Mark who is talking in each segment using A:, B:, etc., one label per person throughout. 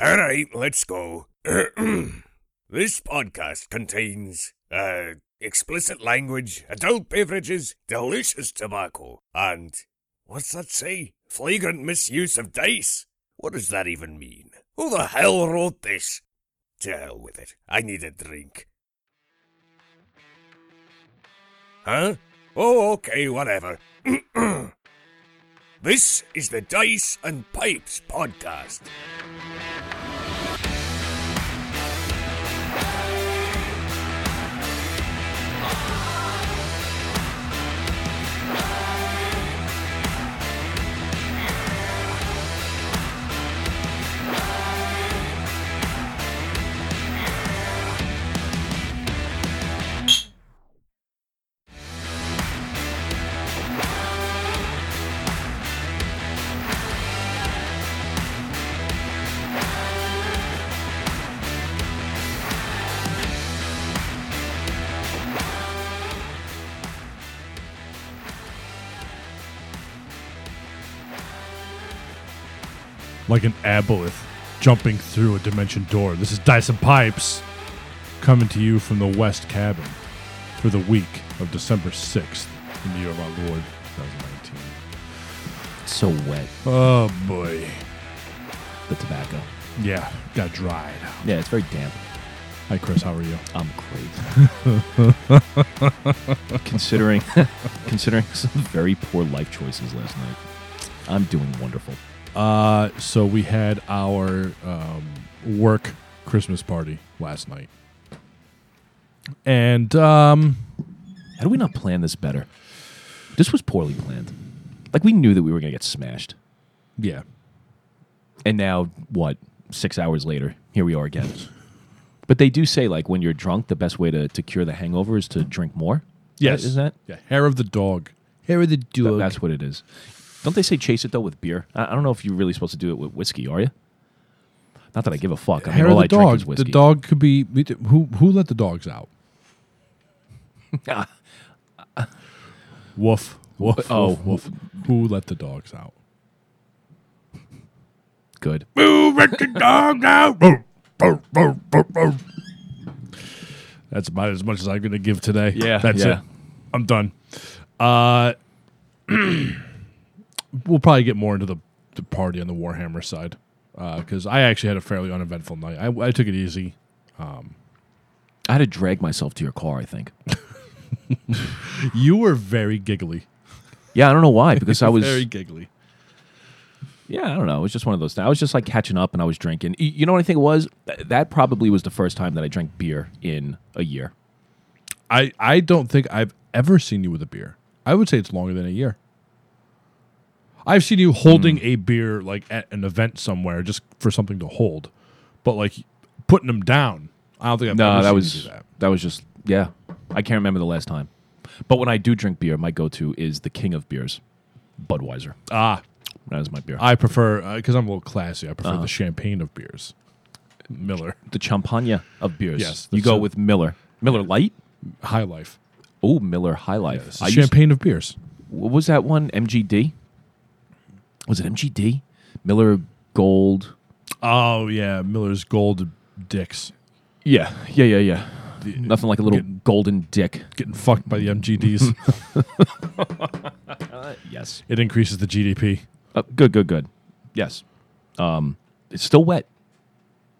A: All right, let's go. this podcast contains uh, explicit language, adult beverages, delicious tobacco, and what's that say? Flagrant misuse of dice. What does that even mean? Who the hell wrote this? To hell with it. I need a drink. Huh? Oh, okay, whatever. this is the Dice and Pipes podcast.
B: like an aboleth jumping through a dimension door. This is Dyson Pipes coming to you from the West Cabin for the week of December 6th in the year of our Lord 2019.
C: so wet
B: Oh boy.
C: the tobacco
B: Yeah, got dried.
C: yeah it's very damp
B: Hi, Chris, how are you?
C: i'm crazy considering considering some very poor life choices last night i'm doing wonderful
B: Uh, so we had our um, work Christmas party last night. And um,
C: how do we not plan this better this was poorly planned like we knew that we were going to get smashed
B: yeah,
C: and now what six hours later here we are again but they do say like when you're drunk the best way to, to cure the hangover is to drink more
B: Yes.
C: is that
B: yeah, hair of the dog. Hair of the
C: Th-
B: dog.
C: that's what it is. Don't they say chase it though with beer? I, I don't know if you're really supposed to do it with whiskey, are you? Not that I give a fuck. I mean,
B: hair of
C: all I
B: the dog.
C: drink is whiskey.
B: The dog could be we d- who who let the dogs out? Woof. Woof.
C: Oh.
B: woof, woof. Who let the dogs out?
C: Good.
B: Who let the dogs out? That's about as much as I'm gonna give today.
C: Yeah,
B: That's
C: yeah.
B: it. I'm done. Uh we'll probably get more into the, the party on the Warhammer side. because I actually had a fairly uneventful night. I, I took it easy.
C: I had to drag myself to your car. I think.
B: You were very giggly.
C: Yeah, I don't know why because I was.
B: very giggly.
C: Yeah, I don't know. It was just one of those. things. I was just like catching up, and I was drinking. Y- You know what I think it was? Th- That probably was the first time that I drank beer in a year.
B: I, I don't think I've ever seen you with a beer. I would say it's longer than a year. I've seen you holding a beer like at an event somewhere just for something to hold, but like putting them down. I don't think I've
C: No,
B: ever
C: that
B: seen
C: was
B: you do that.
C: that. was just yeah. I can't remember the last time. But when I do drink beer, my go-to is the king of beers, Budweiser.
B: Ah,
C: That is my beer.
B: I prefer because I'm a little classy. I prefer the champagne of beers, Miller
C: the champagne of beers.
B: Yes,
C: you
B: that's
C: go
B: a-
C: with Miller. Miller Light.
B: High Life,
C: Oh, Miller High Life.
B: It's
C: I
B: the
C: used,
B: champagne of beers.
C: what was that one? MGD. Was it MGD? Miller Gold.
B: Oh yeah, Miller's Gold Dicks
C: Yeah, yeah, yeah, yeah. Nothing like a little golden dick.
B: getting fucked by the MGDs.
C: Yes.
B: it increases the GDP.
C: Uh, good, good, good. Yes. Um, it's still wet.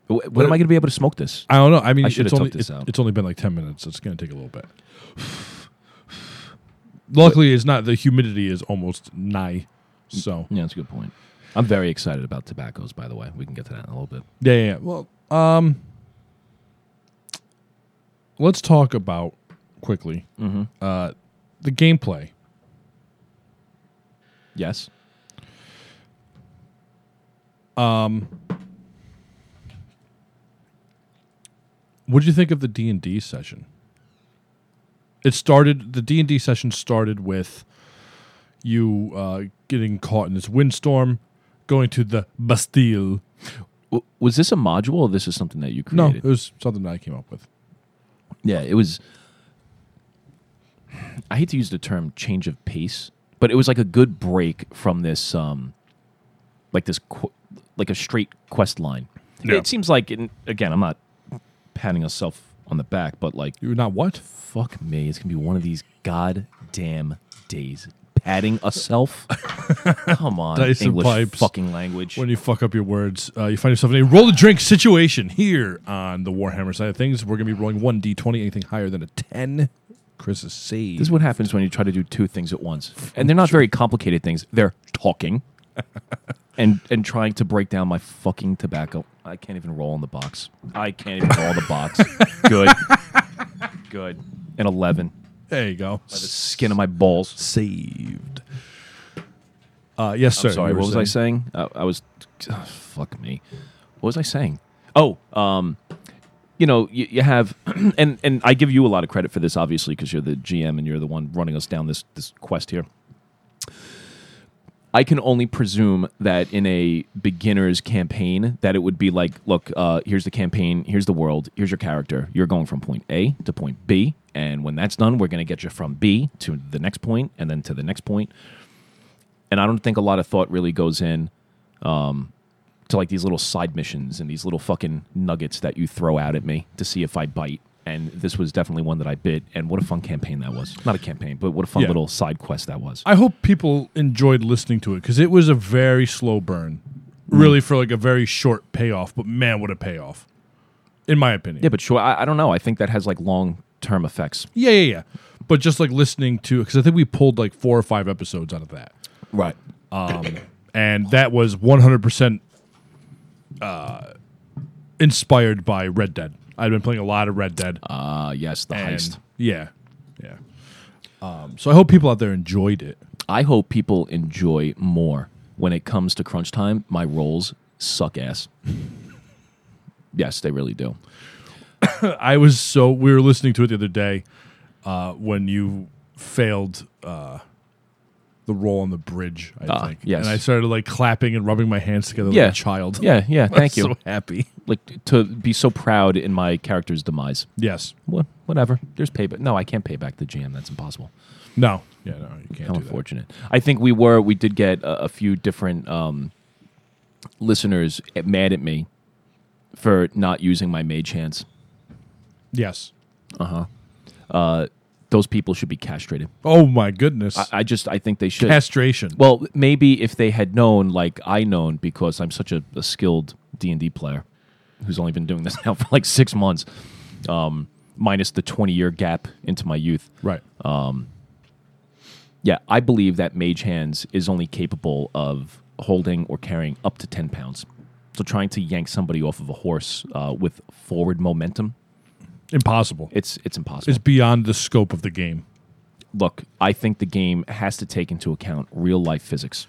C: Wh- When am I going to be able to smoke this?
B: I don't know. I mean,
C: I
B: it's
C: should've took
B: only
C: this
B: it-
C: out.
B: it's only been like ten minutes. It's going to take a little bit. Luckily, it's not. The humidity is almost nigh. So
C: Yeah, that's a good point. I'm very excited about tobaccos, by the way. We can get to that in a little bit.
B: yeah, yeah. yeah. Well, um, let's talk about quickly
C: Mm-hmm.
B: uh, the gameplay.
C: Yes.
B: What did you think of the D and D session? It started. The D and D session started with you uh, getting caught in this windstorm, going to the Bastille.
C: W- was this a module or this is something that you
B: No,
C: created?
B: it was something that I came up with.
C: Yeah, it was. I hate to use the term change of pace, but it was like a good break from this, um, like this, qu- like a straight quest line.
B: Yeah.
C: It seems like, and again, I'm not patting yourself on the back, but like,
B: You're not what?
C: fuck me, it's gonna be one of these goddamn days. Patting yourself? Come on,
B: Dyson
C: English
B: pipes.
C: fucking language.
B: When you fuck up your words, uh, you find yourself in a roll to drink situation here on the Warhammer side of things. We're going to be rolling 1d20, anything higher than a 10. Chris is saved.
C: This is what happens when you try to do two things at once. And they're not very complicated things. They're talking and and trying to break down my fucking tobacco. I can't even roll in the box. I can't even roll in the box. Good. Good. An 11.
B: there you go.
C: The skin of my balls.
B: Saved. Uh, yes, sir.
C: I'm sorry,
B: you were
C: what was I saying? Uh, I was. ah, fuck me. What was I saying? Oh, um, you know, you, you have, and and I give you a lot of credit for this, obviously, because you're the GM and you're the one running us down this this quest here. I can only presume that in a beginner's campaign, that it would be like, look, uh, here's the campaign, here's the world, here's your character. You're going from point A to point B, and when that's done, we're going to get you from B to the next point, and then to the next point and I don't think a lot of thought really goes in um, to like these little side missions and these little fucking nuggets that you throw out at me to see if I bite. And this was definitely one that I bit. And what a fun campaign that was. Not a campaign, but what a fun
B: Yeah.
C: little side quest that was.
B: I hope people enjoyed listening to it because it was a very slow burn,
C: Mm.
B: really for like a very short payoff. But man, what a payoff, in my opinion.
C: yeah, but sure, I, I don't know. I think that has like long term effects.
B: Yeah, yeah, yeah. But just like listening to because I think we pulled like four or five episodes out of that,
C: Right.
B: and that was one hundred percent uh, inspired by Red Dead. I'd been playing a lot of Red Dead.
C: Uh, yes, the
B: and-
C: heist.
B: Yeah, yeah. Um, so I hope people out there enjoyed it.
C: I hope people enjoy more when it comes to crunch time. My rolls suck ass. yes, they really do.
B: I was so we were listening to it the other day uh, when you failed uh, the roll on the bridge. I
C: Ah,
B: think.
C: yes.
B: And I started like clapping and rubbing my hands together
C: Yeah.
B: like a child.
C: Yeah, yeah.
B: I was
C: Thank you.
B: So happy.
C: like to be so proud in my character's demise.
B: Yes.
C: Wha- Whatever. There's payback. No, I can't pay back the GM. That's impossible.
B: No. Yeah. No. You can't
C: How
B: do that.
C: unfortunate. I think we were. We did get a, a few different um, listeners mad at me for not using my mage hands.
B: Yes.
C: Those people should be castrated.
B: Oh my goodness.
C: I just. I think they should.
B: Castration.
C: well, maybe if they had known, like I known, because I'm such a, a skilled D and D player who's only been doing this now for like six months, um, minus the 20 year gap into my youth.
B: right.
C: Yeah, I believe that Mage Hands is only capable of holding or carrying up to 10 pounds. So trying to yank somebody off of a horse uh, with forward momentum,
B: Impossible.
C: it's it's impossible.
B: It's beyond the scope of the game.
C: Look, I think the game has to take into account real life physics.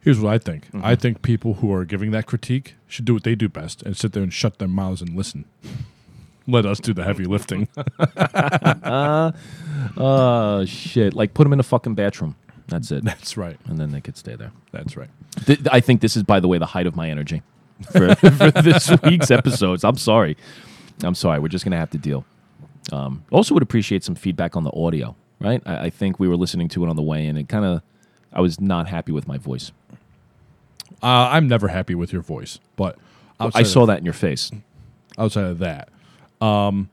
B: Here's what I think.
C: Mm-hmm.
B: I think people who are giving that critique should do what they do best and sit there and shut their mouths and listen. Let us do the heavy lifting.
C: Uh, shit. Like, put them in a fucking bathroom. That's it.
B: That's right.
C: And then they could stay there.
B: That's right.
C: Th- I think this is, by the way, the height of my energy for, for this week's episodes. I'm sorry. I'm sorry. We're just going to have to deal. Um, also, would appreciate some feedback on the audio, right? I, I think we were listening to it on the way, and it kind of, I was not happy with my voice.
B: Uh, I'm never happy with your voice, but outside,
C: I saw that in your face.
B: of, outside of that, um,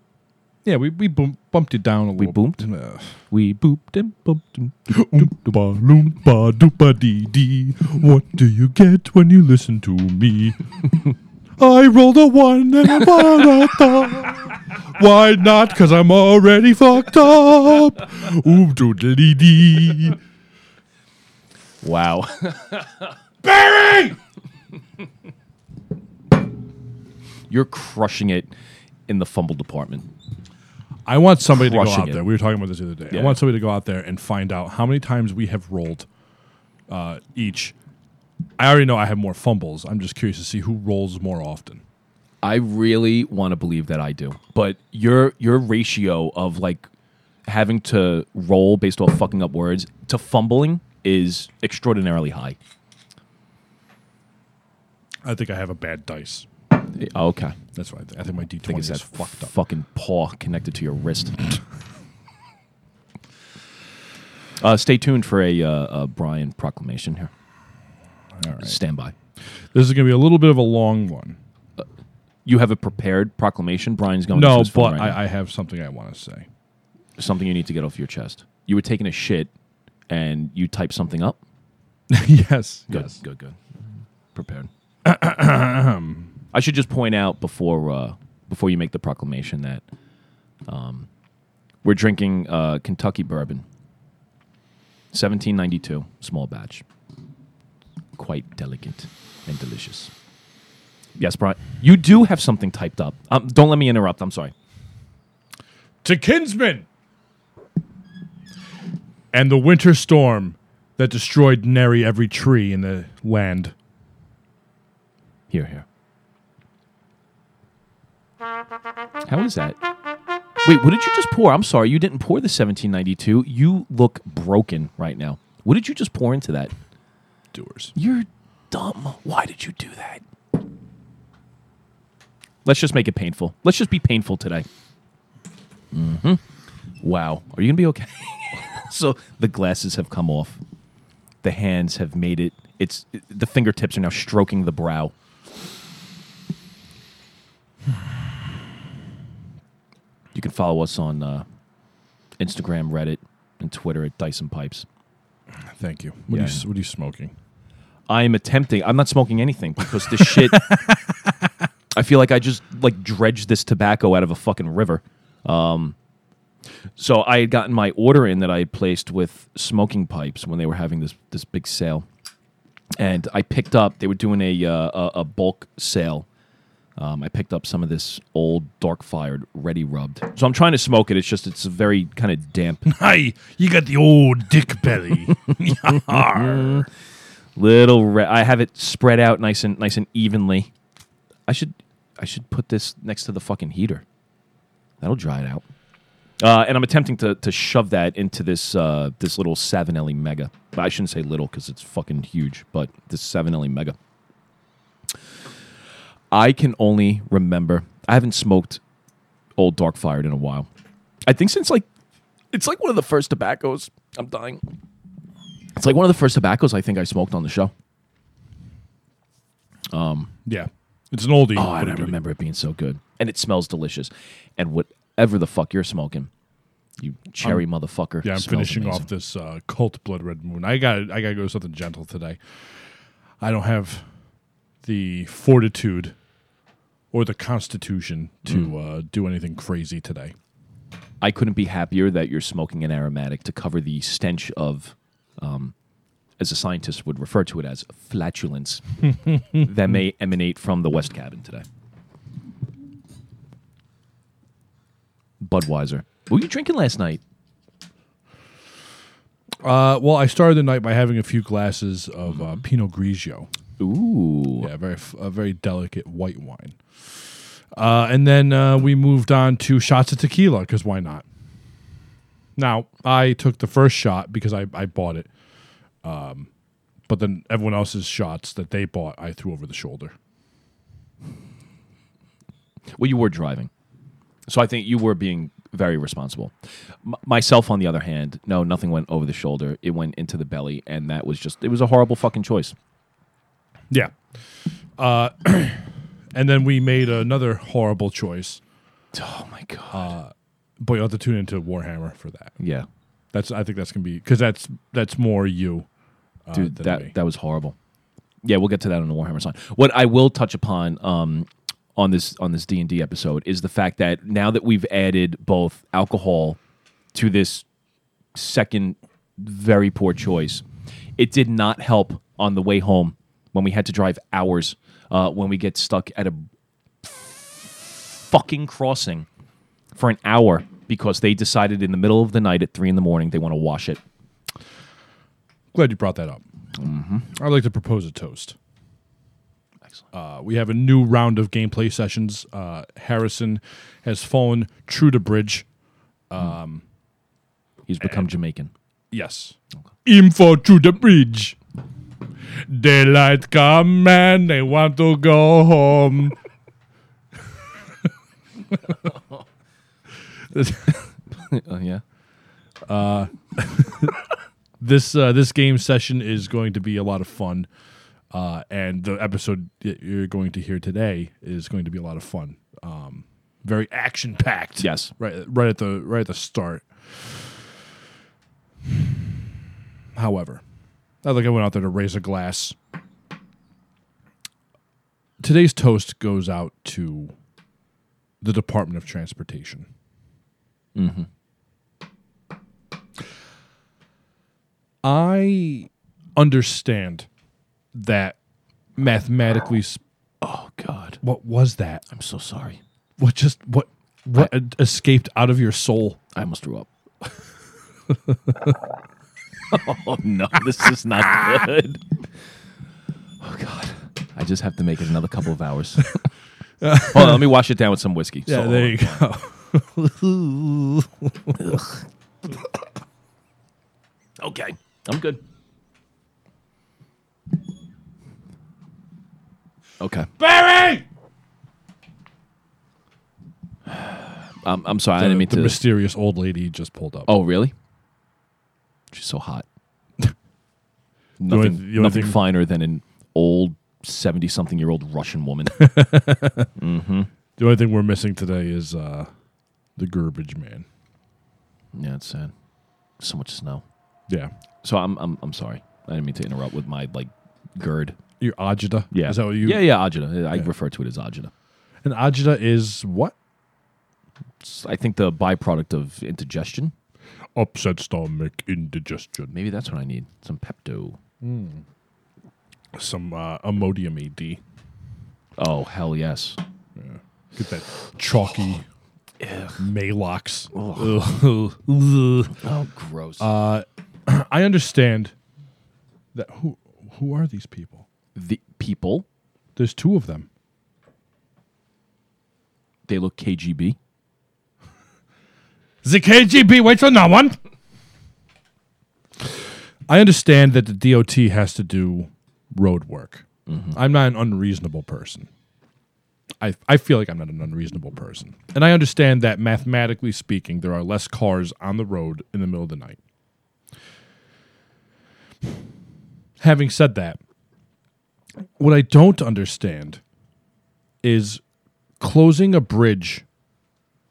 B: yeah, we we boom, bumped it down a little.
C: boomed?
B: bit. Uh,
C: We booped and bumped. And
B: Oompa loompa doopa dee dee. What do you get when you listen to me? I rolled a one and a barata. Why not? Because I'm already fucked up. Oom doodly dee.
C: wow.
B: Barry!
C: You're crushing it in the fumble department.
B: I want somebody to go
C: Crushing
B: out
C: it.
B: there. We were talking about this the other day.
C: Yeah.
B: I want somebody to go out there and find out how many times we have rolled uh, each. I already know I have more fumbles. I'm just curious to see who rolls more often.
C: I really want to believe that I do, but your your ratio of like having to roll based off fucking up words to fumbling is extraordinarily high.
B: I think I have a bad dice.
C: Oh, Okay, I
B: That's what I think. I think my D
C: think
B: twenty
C: it's
B: is
C: that
B: fucked up.
C: fucking paw connected to your wrist. uh, stay tuned for a, uh, uh Brian proclamation here. All right. Stand by.
B: This is gonna be a little bit of a long one.
C: You have a prepared proclamation. Brian's going. into
B: No,
C: his
B: but
C: phone right now.
B: I, I have something I want to say.
C: something you need to get off your chest. You were taking a shit, and you typed something up.
B: yes,
C: Good,
B: yes.
C: good, good. Prepared. I should just point out before uh, before you make the proclamation that um, we're drinking uh, Kentucky bourbon, seventeen ninety two, small batch, quite delicate and delicious. Yes, Brian, you do have something typed up. Um, don't let me interrupt. I'm sorry.
B: To kinsmen, and the winter storm that destroyed nary every tree in the land.
C: Here, here. How is that? Wait, what did you just pour? I'm sorry, you didn't pour the 1792. You look broken right now. What did you just pour into that?
B: Doers.
C: You're dumb. Why did you do that? Let's just make it painful. Let's just be painful today. Mm-hmm. Wow. Are you going to be okay? so the glasses have come off. The hands have made it. It's the fingertips are now stroking the brow. You can follow us on uh, Instagram, Reddit, and Twitter at Dyson Pipes.
B: Thank you. What,
C: Yeah,
B: are, you what are you smoking?
C: I'm attempting. I'm not smoking anything because this shit. I feel like I just like dredged this tobacco out of a fucking river. Um, so I had gotten my order in that I placed with smoking pipes when they were having this this big sale, and I picked up. They were doing a uh, a, a bulk sale. Um, I picked up some of this old dark fired ready rubbed. So I'm trying to smoke it. It's just it's very kind of damp.
B: Hi, you got the old dick belly.
C: little re- I have it spread out nice and nice and evenly. I should I should put this next to the fucking heater. That'll dry it out. Uh, and I'm attempting to, to shove that into this uh, this little Savinelli Mega. But I shouldn't say little because it's fucking huge. But this Savinelli Mega. I can only remember. I haven't smoked old dark fired in a while. I think since like it's like one of the first tobaccos. I'm dying. It's like one of the first tobaccos I think I smoked on the show.
B: yeah, it's an oldie.
C: Oh, I
B: but a
C: don't
B: goodie.
C: remember it being so good. And it smells delicious. And whatever the fuck you're smoking, you cherry motherfucker.
B: Yeah, I'm
C: smells
B: finishing
C: amazing.
B: off this uh, cult blood red moon. I got I got to go to something gentle today. I don't have the fortitude or the constitution to
C: Hmm.
B: uh, do anything crazy today.
C: I couldn't be happier that you're smoking an aromatic to cover the stench of, um, as a scientist would refer to it as, flatulence that may emanate from the West Cabin today. Budweiser. What were you drinking last night?
B: Uh, well, I started the night by having a few glasses of
C: Mm-hmm.
B: uh, Pinot Grigio.
C: Ooh.
B: Yeah, very f- a very delicate white wine. Uh, and then uh, we moved on to shots of tequila because why not? Now I took the first shot because I, I bought it, um, but then everyone else's shots that they bought I threw over the shoulder.
C: Well, you were driving. So I think you were being very responsible. M- myself, on the other hand, no, nothing went over the shoulder. It went into the belly. And that was just, it was a horrible fucking choice.
B: Yeah, uh, and then we made another horrible choice,
C: Oh, my God.
B: but you'll have to tune into Warhammer for that.
C: yeah.
B: That's I think that's gonna be because that's that's more you. Uh,
C: Dude,
B: than
C: that,
B: me.
C: that was horrible. Yeah, we'll get to that on the Warhammer sign. What I will touch upon um, on this on this D and D episode is the fact that now that we've added both alcohol to this second very poor choice. It did not help on the way home when we had to drive hours uh, when we get stuck at a fucking crossing for an hour because they decided in the middle of the night at three in the morning they want to wash it.
B: Glad you brought that up. I'd like to propose a toast.
C: Excellent.
B: Uh, we have a new round of gameplay sessions. Uh, Harrison has fallen true to bridge.
C: He's become Jamaican.
B: Yes. Aim for true to bridge. Daylight come and they want to go home.
C: Oh yeah.
B: this uh, this game session is going to be a lot of fun. Uh, and the episode that you're going to hear today is going to be a lot of fun. Um, very action packed.
C: Yes.
B: Right. Right at the right at the start. However, not like I went out there to raise a glass. Today's toast goes out to the Department of Transportation. I understand that mathematically. Sp-
C: Oh God,
B: what was that?
C: I'm so sorry.
B: What just what what e, escaped out of your soul?
C: I almost threw up. oh no, this is not good. Oh God, I just have to make it another couple of hours. Hold on, let me wash it down with some whiskey.
B: Yeah,
C: So-
B: there you go.
C: uh, okay, I'm good. Okay,
B: Barry.
C: um, I'm sorry. I didn't mean
B: the
C: to.
B: mysterious old lady just pulled up.
C: oh really? She's so hot.
B: only-
C: nothing,
B: the only
C: nothing
B: thing-
C: finer than an old seventy-something-year-old Russian woman.
B: The only thing we're missing today is uh, the garbage man.
C: Yeah, it's sad. So much snow.
B: Yeah,
C: So I'm I'm I'm sorry. I didn't mean to interrupt with my like gird.
B: your ajita.
C: Yeah.
B: is that what you?
C: Yeah, yeah, agita. I refer to it as agita.
B: An ajita is what
C: It's, I think the byproduct of indigestion.
B: upset stomach indigestion.
C: Maybe that's what I need. Some Pepto.
B: Some uh, Imodium AD.
C: Oh hell yes.
B: Get that chalky Malox. Ugh.
C: Oh gross.
B: I understand that who who are these people?
C: the people
B: There's two of them.
C: they look KGB.
B: The KGB waits for no one. I understand that the DOT has to do road work. I'm not an unreasonable person. I, I feel like I'm not an unreasonable person. And I understand that mathematically speaking, there are less cars on the road in the middle of the night. Having said that, what I don't understand is closing a bridge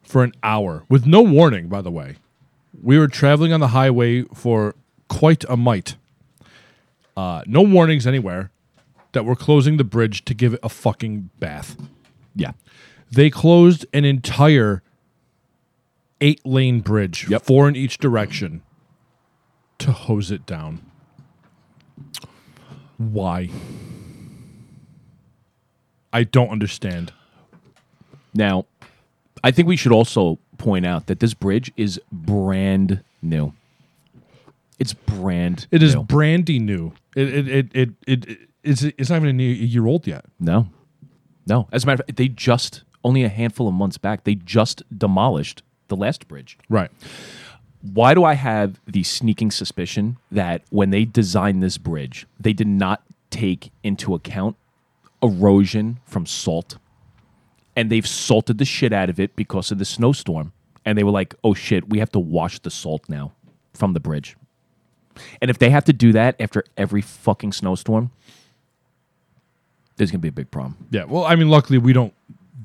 B: for an hour with no warning, by the way. We were traveling on the highway for quite a mite. Uh, no warnings anywhere that we're closing the bridge to give it a fucking bath.
C: Yeah.
B: They closed an entire eight lane bridge,
C: Yep.
B: four in each direction, to hose it down. Why? I don't understand.
C: Now, I think we should also point out that this bridge is brand new. It's brand
B: It is
C: new.
B: brandy new. It it it it, it, it it's, it's not even a, new, a year old yet.
C: No. No. As a matter of fact, they just, only a handful of months back, they just demolished the last bridge.
B: Right.
C: Why do I have the sneaking suspicion that when they designed this bridge, they did not take into account erosion from salt? And they've salted the shit out of it because of the snowstorm. And they were like, oh shit, we have to wash the salt now from the bridge. And if they have to do that after every fucking snowstorm, there's going to be a big problem.
B: Yeah. Well, I mean, luckily we don't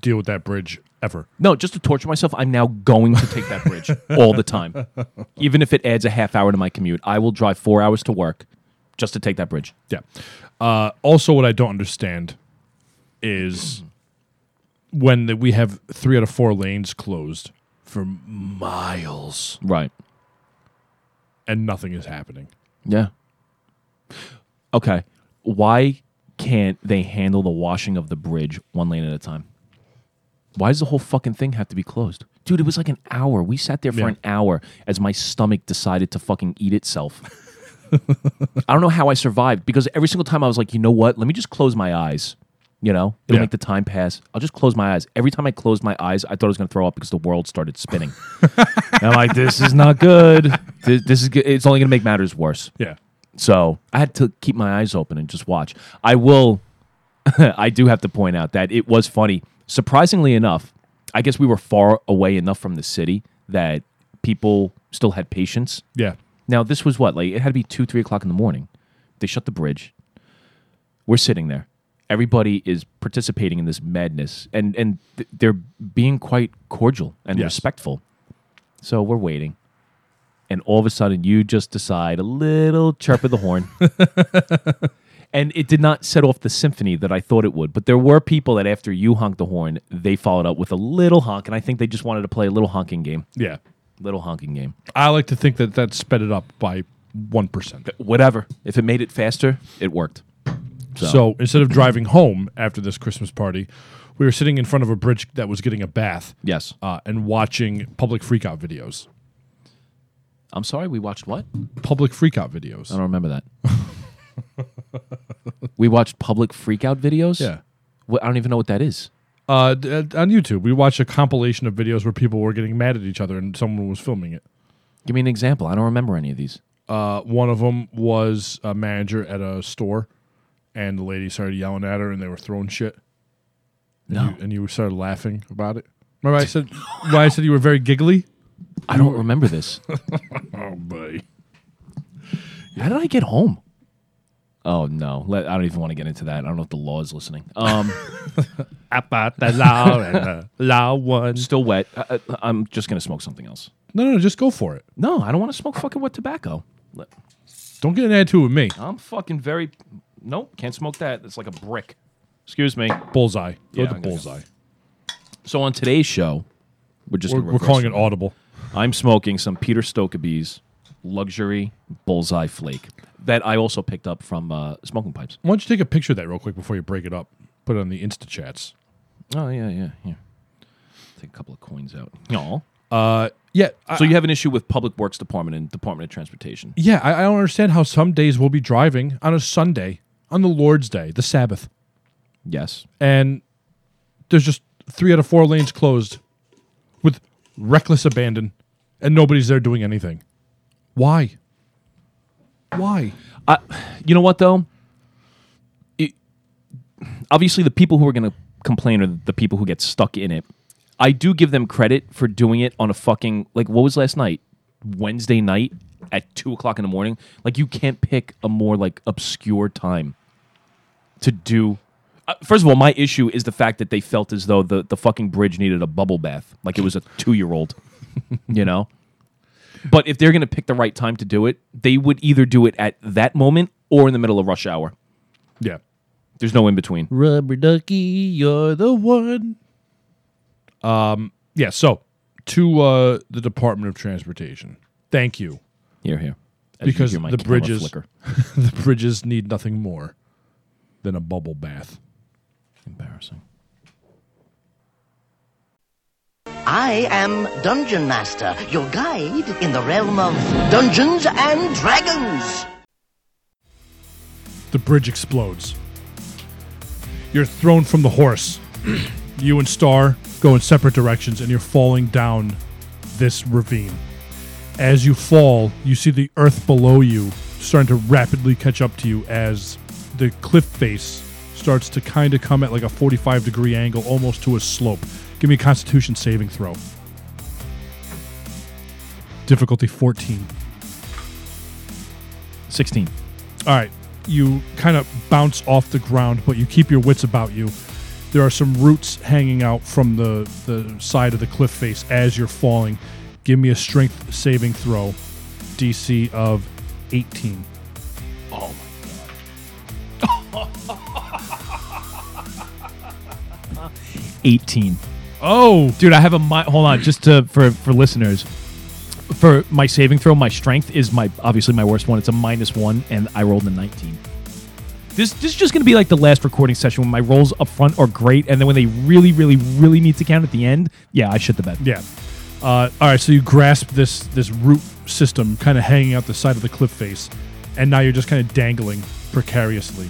B: deal with that bridge ever.
C: No, just to torture myself, I'm now going to take that bridge all the time. Even if it adds a half hour to my commute, I will drive four hours to work just to take that bridge.
B: Yeah. Uh, also, what I don't understand is when the, we have three out of four lanes closed for miles
C: Right.
B: and nothing is happening.
C: Yeah. Okay. Why can't they handle the washing of the bridge one lane at a time? Why does the whole fucking thing have to be closed? Dude, it was like an hour. We sat there for
B: Yeah.
C: an hour as my stomach decided to fucking eat itself. I don't know how I survived because every single time I was like, you know what? Let me just close my eyes. You know, it'll
B: Yeah.
C: make the time pass. I'll just close my eyes. Every time I closed my eyes, I thought I was going to throw up because the world started spinning. And I'm like, this is not good. This, this is good. It's only going to make matters worse.
B: Yeah.
C: So I had to keep my eyes open and just watch. I will, I do have to point out that it was funny. Surprisingly enough, I guess we were far away enough from the city that people still had patience.
B: Yeah.
C: Now, this was what? Like, it had to be two, three o'clock in the morning. They shut the bridge. We're sitting there. Everybody is participating in this madness, and and th- they're being quite cordial and
B: Yes.
C: respectful. So we're waiting, and all of a sudden, you just decide a little chirp of the horn. And it did not set off the symphony that I thought it would. But there were people that after you honked the horn, they followed up with a little honk. And I think they just wanted to play a little honking game.
B: Yeah.
C: Little honking game.
B: I like to think that that sped it up by 1%.
C: Whatever. If it made it faster, it worked.
B: So. instead of driving home after this Christmas party, we were sitting in front of a bridge that was getting a bath.
C: Yes.
B: Uh, and watching public freakout videos.
C: I'm sorry, we watched what?
B: Public freakout videos.
C: I don't remember that. we watched public freakout videos?
B: Yeah.
C: Wh- I don't even know what that is.
B: Uh, d- uh, on YouTube, we watched a compilation of videos where people were getting mad at each other and someone was filming it.
C: Give me an example. I don't remember any of these.
B: Uh, one of them was a manager at a store, and the lady started yelling at her, and they were throwing shit. And
C: No.
B: you, and you started laughing about it. Remember, I said, why I said you were very giggly.
C: I don't remember this.
B: Oh, buddy.
C: How did I get home? Oh no, Let, I don't even want to get into that. I don't know if the law is listening. Um,
B: About the law and the law one.
C: still wet. I, I, I'm just gonna smoke something else.
B: No, no, just go for it.
C: No, I don't want to smoke fucking wet tobacco. Let-
B: Don't get an attitude with me.
C: I'm fucking very. Nope, can't smoke that. It's like a brick. Excuse me.
B: Bullseye. Go
C: Yeah,
B: with the
C: I'm gonna go.
B: bullseye.
C: So on today's show, we're just
B: We're,
C: in
B: we're
C: reverse.
B: calling it audible.
C: I'm smoking some Peter Stokeby's luxury bullseye flake that I also picked up from uh, smoking pipes.
B: Why don't you take a picture of that real quick before you break it up? Put it on the Insta chats.
C: Oh yeah, yeah, yeah. Take a couple of coins out. No.
B: Uh, yeah. I,
C: So you have an issue with Public Works Department and Department of Transportation.
B: Yeah, I, I don't understand how some days we'll be driving on a Sunday, on the Lord's Day, the Sabbath,
C: Yes.
B: and there's just three out of four lanes closed with reckless abandon, and nobody's there doing anything. Why? Why?
C: I, you know what though? It, obviously, the people who are going to complain are the people who get stuck in it. I do give them credit for doing it on a fucking like what was last night Wednesday night at two o'clock in the morning. Like you can't pick a more like obscure time to do. Uh, first of all, my issue is the fact that they felt as though the the fucking bridge needed a bubble bath, like it was a two year old. you know. But if they're going to pick the right time to do it, they would either do it at that moment or in the middle of rush hour.
B: Yeah.
C: There's no in between.
B: Rubber ducky, you're the one. Um. Yeah. So to uh, the Department of Transportation, thank you.
C: Here, here. As you
B: Because
C: hear my
B: the
C: camera
B: bridges-
C: flicker.
B: the bridges need nothing more than a bubble bath.
C: Embarrassing.
D: I am Dungeon Master, your guide in the realm of Dungeons and Dragons.
B: The bridge explodes. You're thrown from the horse. you and Star go in separate directions and you're falling down this ravine. As you fall, you see the earth below you starting to rapidly catch up to you as the cliff face starts to kind of come at like a 45 degree angle almost to a slope. Give me a constitution saving throw. Difficulty 14.
C: 16.
B: All right, you kind of bounce off the ground, but you keep your wits about you. There are some roots hanging out from the, the side of the cliff face as you're falling. Give me a strength saving throw, DC of 18.
E: eighteen.
B: Oh,
E: Dude, I have a mi- hold on just to for for listeners. For my saving throw, my strength is my obviously my worst one. It's a minus one, and I rolled a nineteen. This this is just gonna be like the last recording session when my rolls up front are great, and then when they really, really, really need to count at the end, yeah, I shit the bed.
B: yeah. Uh, all right, so you grasp this this root system kind of hanging out the side of the cliff face, and now you're just kind of dangling precariously.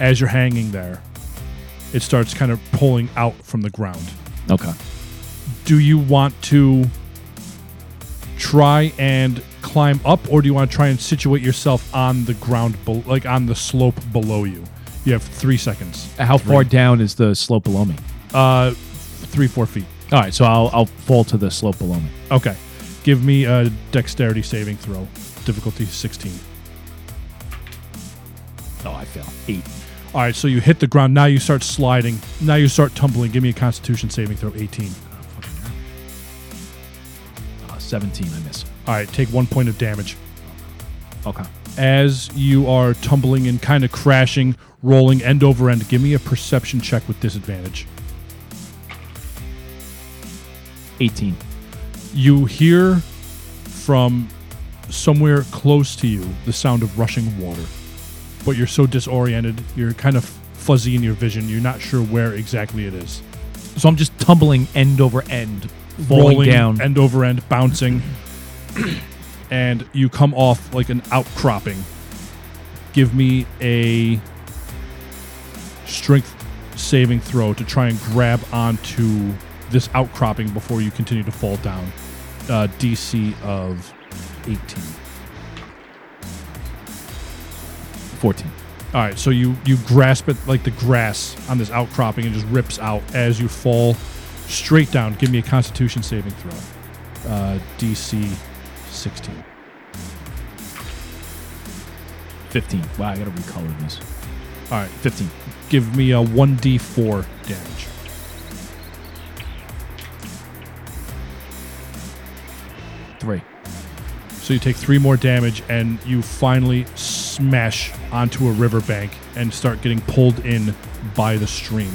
B: As you're hanging there, it starts kind of pulling out from the ground.
C: Okay.
B: do you want to try and climb up or do you want to try and situate yourself on the ground be- like on the slope below you you have three seconds
E: How far down is the slope below me?
B: uh three four feet
E: All right, so I'll I'll fall to the slope below me.
B: okay give me a dexterity saving throw difficulty 16
C: Oh, I fail. Eight.
B: All right, so you hit the ground. Now you start sliding. Now you start tumbling. Give me a Constitution saving throw, 18.
C: Uh, 17. I miss.
B: All right, take one point of damage.
C: Okay.
B: As you are tumbling and kind of crashing, rolling end over end, give me a perception check with disadvantage.
C: 18.
B: You hear from somewhere close to you the sound of rushing water, but you're so disoriented, you're kind of fuzzy in your vision. You're not sure where exactly it is.
C: So I'm just tumbling end over end, falling
B: rolling
C: down.
B: end over end, bouncing, and you come off like an outcropping. Give me a strength saving throw to try and grab onto this outcropping before you continue to fall down. Uh, DC of 18.
C: 14.
B: All right, so you you grasp it like the grass on this outcropping and just rips out as you fall straight down. Give me a Constitution saving throw, uh, DC 16.
C: 15. Wow, I gotta recolor this.
B: All right,
C: 15.
B: give me a 1d4 damage.
C: Three.
B: So you take three more damage, and you finally smash onto a riverbank and start getting pulled in by the stream.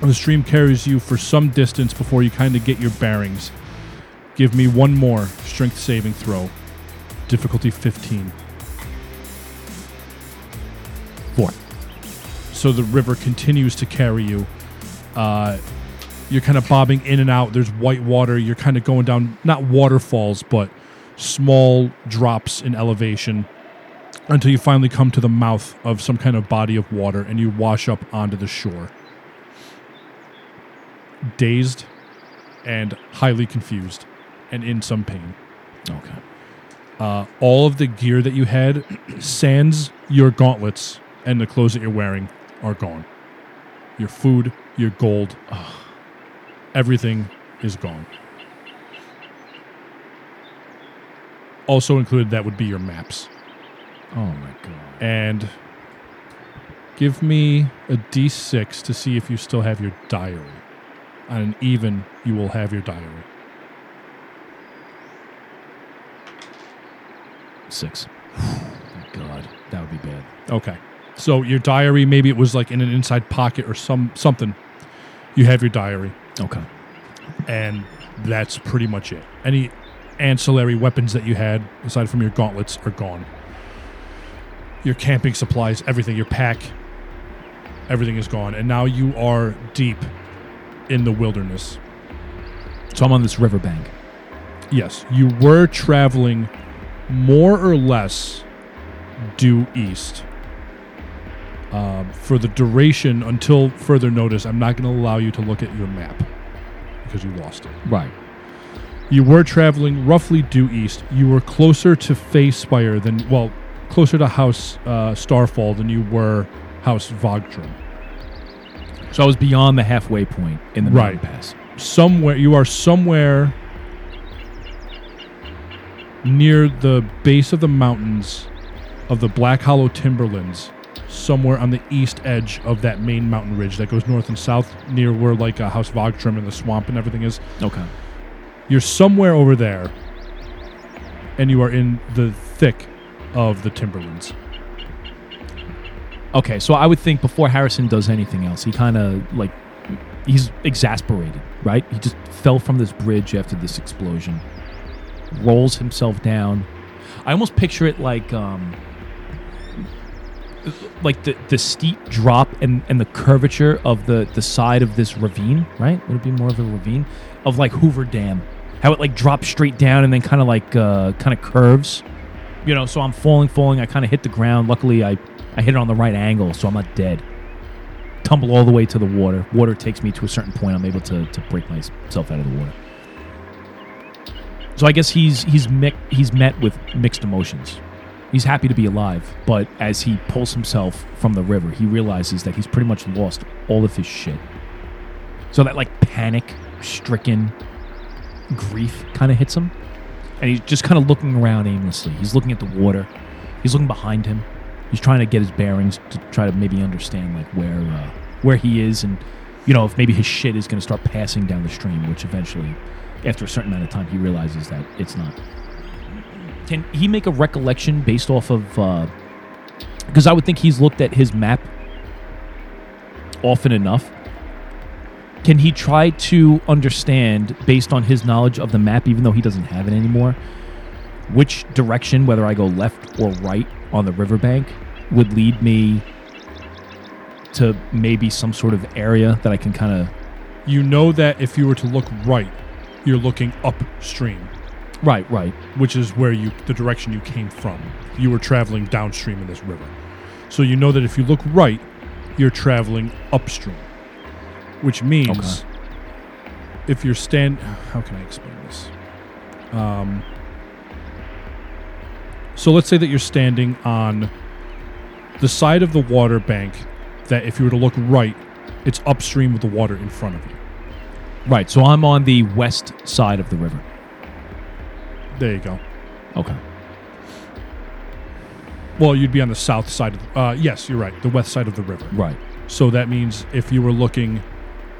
B: And the stream carries you for some distance before you kind of get your bearings. Give me one more strength saving throw, difficulty 15.
C: Four.
B: so the river continues to carry you. Uh, you're kind of bobbing in and out. There's white water. You're kind of going down, not waterfalls, but small drops in elevation until you finally come to the mouth of some kind of body of water and you wash up onto the shore. Dazed and highly confused and in some pain
C: Okay.
B: all of the gear that you had, sans your gauntlets and the clothes that you're wearing, are gone. Your food, your gold, everything is gone. Also included that would be your maps.
C: Oh my god.
B: And give me a d6 to see if you still have your diary. On an even, you will have your diary.
C: Six. Thank god. That would be bad.
B: Okay. So your diary, maybe it was like in an inside pocket or some something. You have your diary.
C: Okay.
B: and that's pretty much it. Any ancillary weapons that you had, aside from your gauntlets, are gone. Your camping supplies, everything, your pack, everything is gone. And now you are deep in the wilderness.
C: So I'm on this riverbank.
B: Yes, you were traveling more or less due east. Um, for the duration, until further notice, I'm not going to allow you to look at your map because you lost it.
C: Right.
B: You were traveling roughly due east. You were closer to Facefire than, well, closer to House uh, Starfall than you were House Vogtrum.
C: So I was beyond the halfway point in the
B: Right.
C: mountain pass.
B: Somewhere, you are somewhere near the base of the mountains of the Black Hollow Timberlands, somewhere on the east edge of that main mountain ridge that goes north and south near where, like, uh, House Vogtrum and the swamp and everything is.
C: Okay.
B: You're somewhere over there, and you are in the thick of the Timberlands.
C: Okay. So I would think before Harrison does anything else, he kind of like he's exasperated, right? He just fell from this bridge after this explosion, rolls himself down. I almost picture it like um like the, the steep drop and, and the curvature of the, the side of this ravine, right? Would it be more of a ravine of like Hoover Dam? How it like drops straight down and then kind of like uh, kind of curves, you know. So I'm falling, falling. I kind of hit the ground. Luckily, I I hit it on the right angle, so I'm not dead. Tumble all the way to the water. Water takes me to a certain point. I'm able to, to break myself out of the water. So I guess he's he's mi- he's met with mixed emotions. He's happy to be alive, but as he pulls himself from the river, he realizes that he's pretty much lost all of his shit. So that like panic stricken grief kind of hits him. And he's just kind of looking around aimlessly. He's looking at the water. He's looking behind him. He's trying to get his bearings to try to maybe understand like where uh, where he is and you know if maybe his shit is going to start passing down the stream, which eventually, after a certain amount of time, he realizes that it's not. Can he make a recollection based off of? Because I would think he's looked at his map often enough. Can he try to understand, based on his knowledge of the map, even though he doesn't have it anymore, which direction, whether I go left or right on the riverbank, would lead me to maybe some sort of area that I can kind of.
B: You know that if you were to look right, you're looking upstream,
C: Right, right.
B: which is where you the direction you came from. You were traveling downstream in this river. So you know that if you look right, you're traveling upstream. Which means if you're stand how can I explain this? Um so let's say that you're standing on the side of the water bank that if you were to look right, it's upstream with the water in front of you.
C: Right, so I'm on the west side of the river.
B: There you go.
C: Okay.
B: Well, you'd be on the south side of. The, uh, yes, you're right. The west side of the river.
C: Right.
B: So that means if you were looking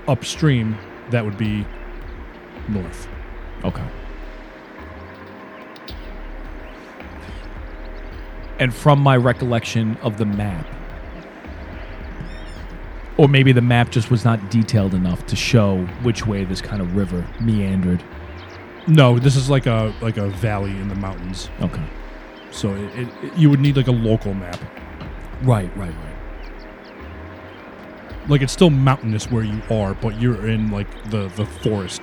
B: upstream, that would be north.
C: Okay. And from my recollection of the map, or maybe the map just was not detailed enough to show which way this kind of river meandered.
B: No, this is like a like a valley in the mountains.
C: Okay.
B: So it, it, it- you would need like a local map.
C: Right, right, right.
B: Like it's still mountainous where you are, but you're in like the the forest.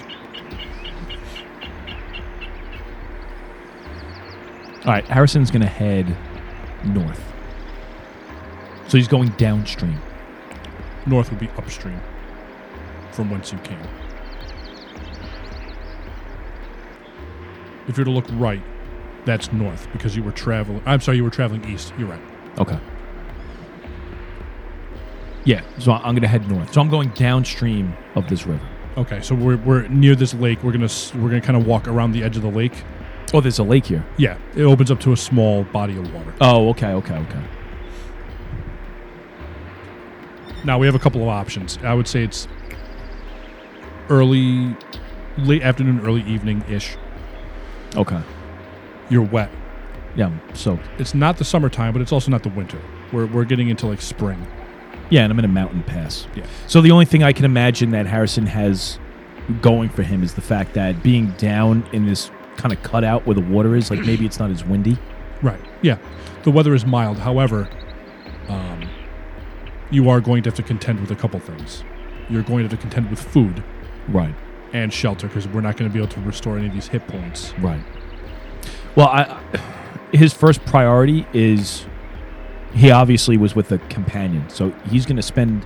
C: All right, Harrison's going to head north. So he's going downstream.
B: North would be upstream from whence you came. If you were to look right, that's north because you were traveling. I'm sorry, you were traveling east. You're right.
C: Okay. Yeah, so I- I'm going to head north. So I'm going downstream of this river.
B: Okay, so we're, we're near this lake. We're gonna s- we're gonna kind of walk around the edge of the lake.
C: Oh, there's a lake here.
B: Yeah, it opens up to a small body of water.
C: Oh, okay, okay, okay.
B: Now we have a couple of options. I would say it's early, late afternoon, early evening ish.
C: Okay.
B: You're wet.
C: Yeah, I'm soaked.
B: It's not the summertime, but it's also not the winter. We're we're getting into like spring.
C: Yeah, and I'm in a mountain pass.
B: Yeah.
C: So the only thing I can imagine that Harrison has going for him is the fact that being down in this kind of cutout where the water is, like maybe it's not as windy.
B: Right. Yeah. The weather is mild. However, um, you are going to have to contend with a couple things. You're going to have to contend with food
C: Right.
B: and shelter because we're not going to be able to restore any of these hit points.
C: Right. Well, I his first priority is he obviously was with a companion, so he's going to spend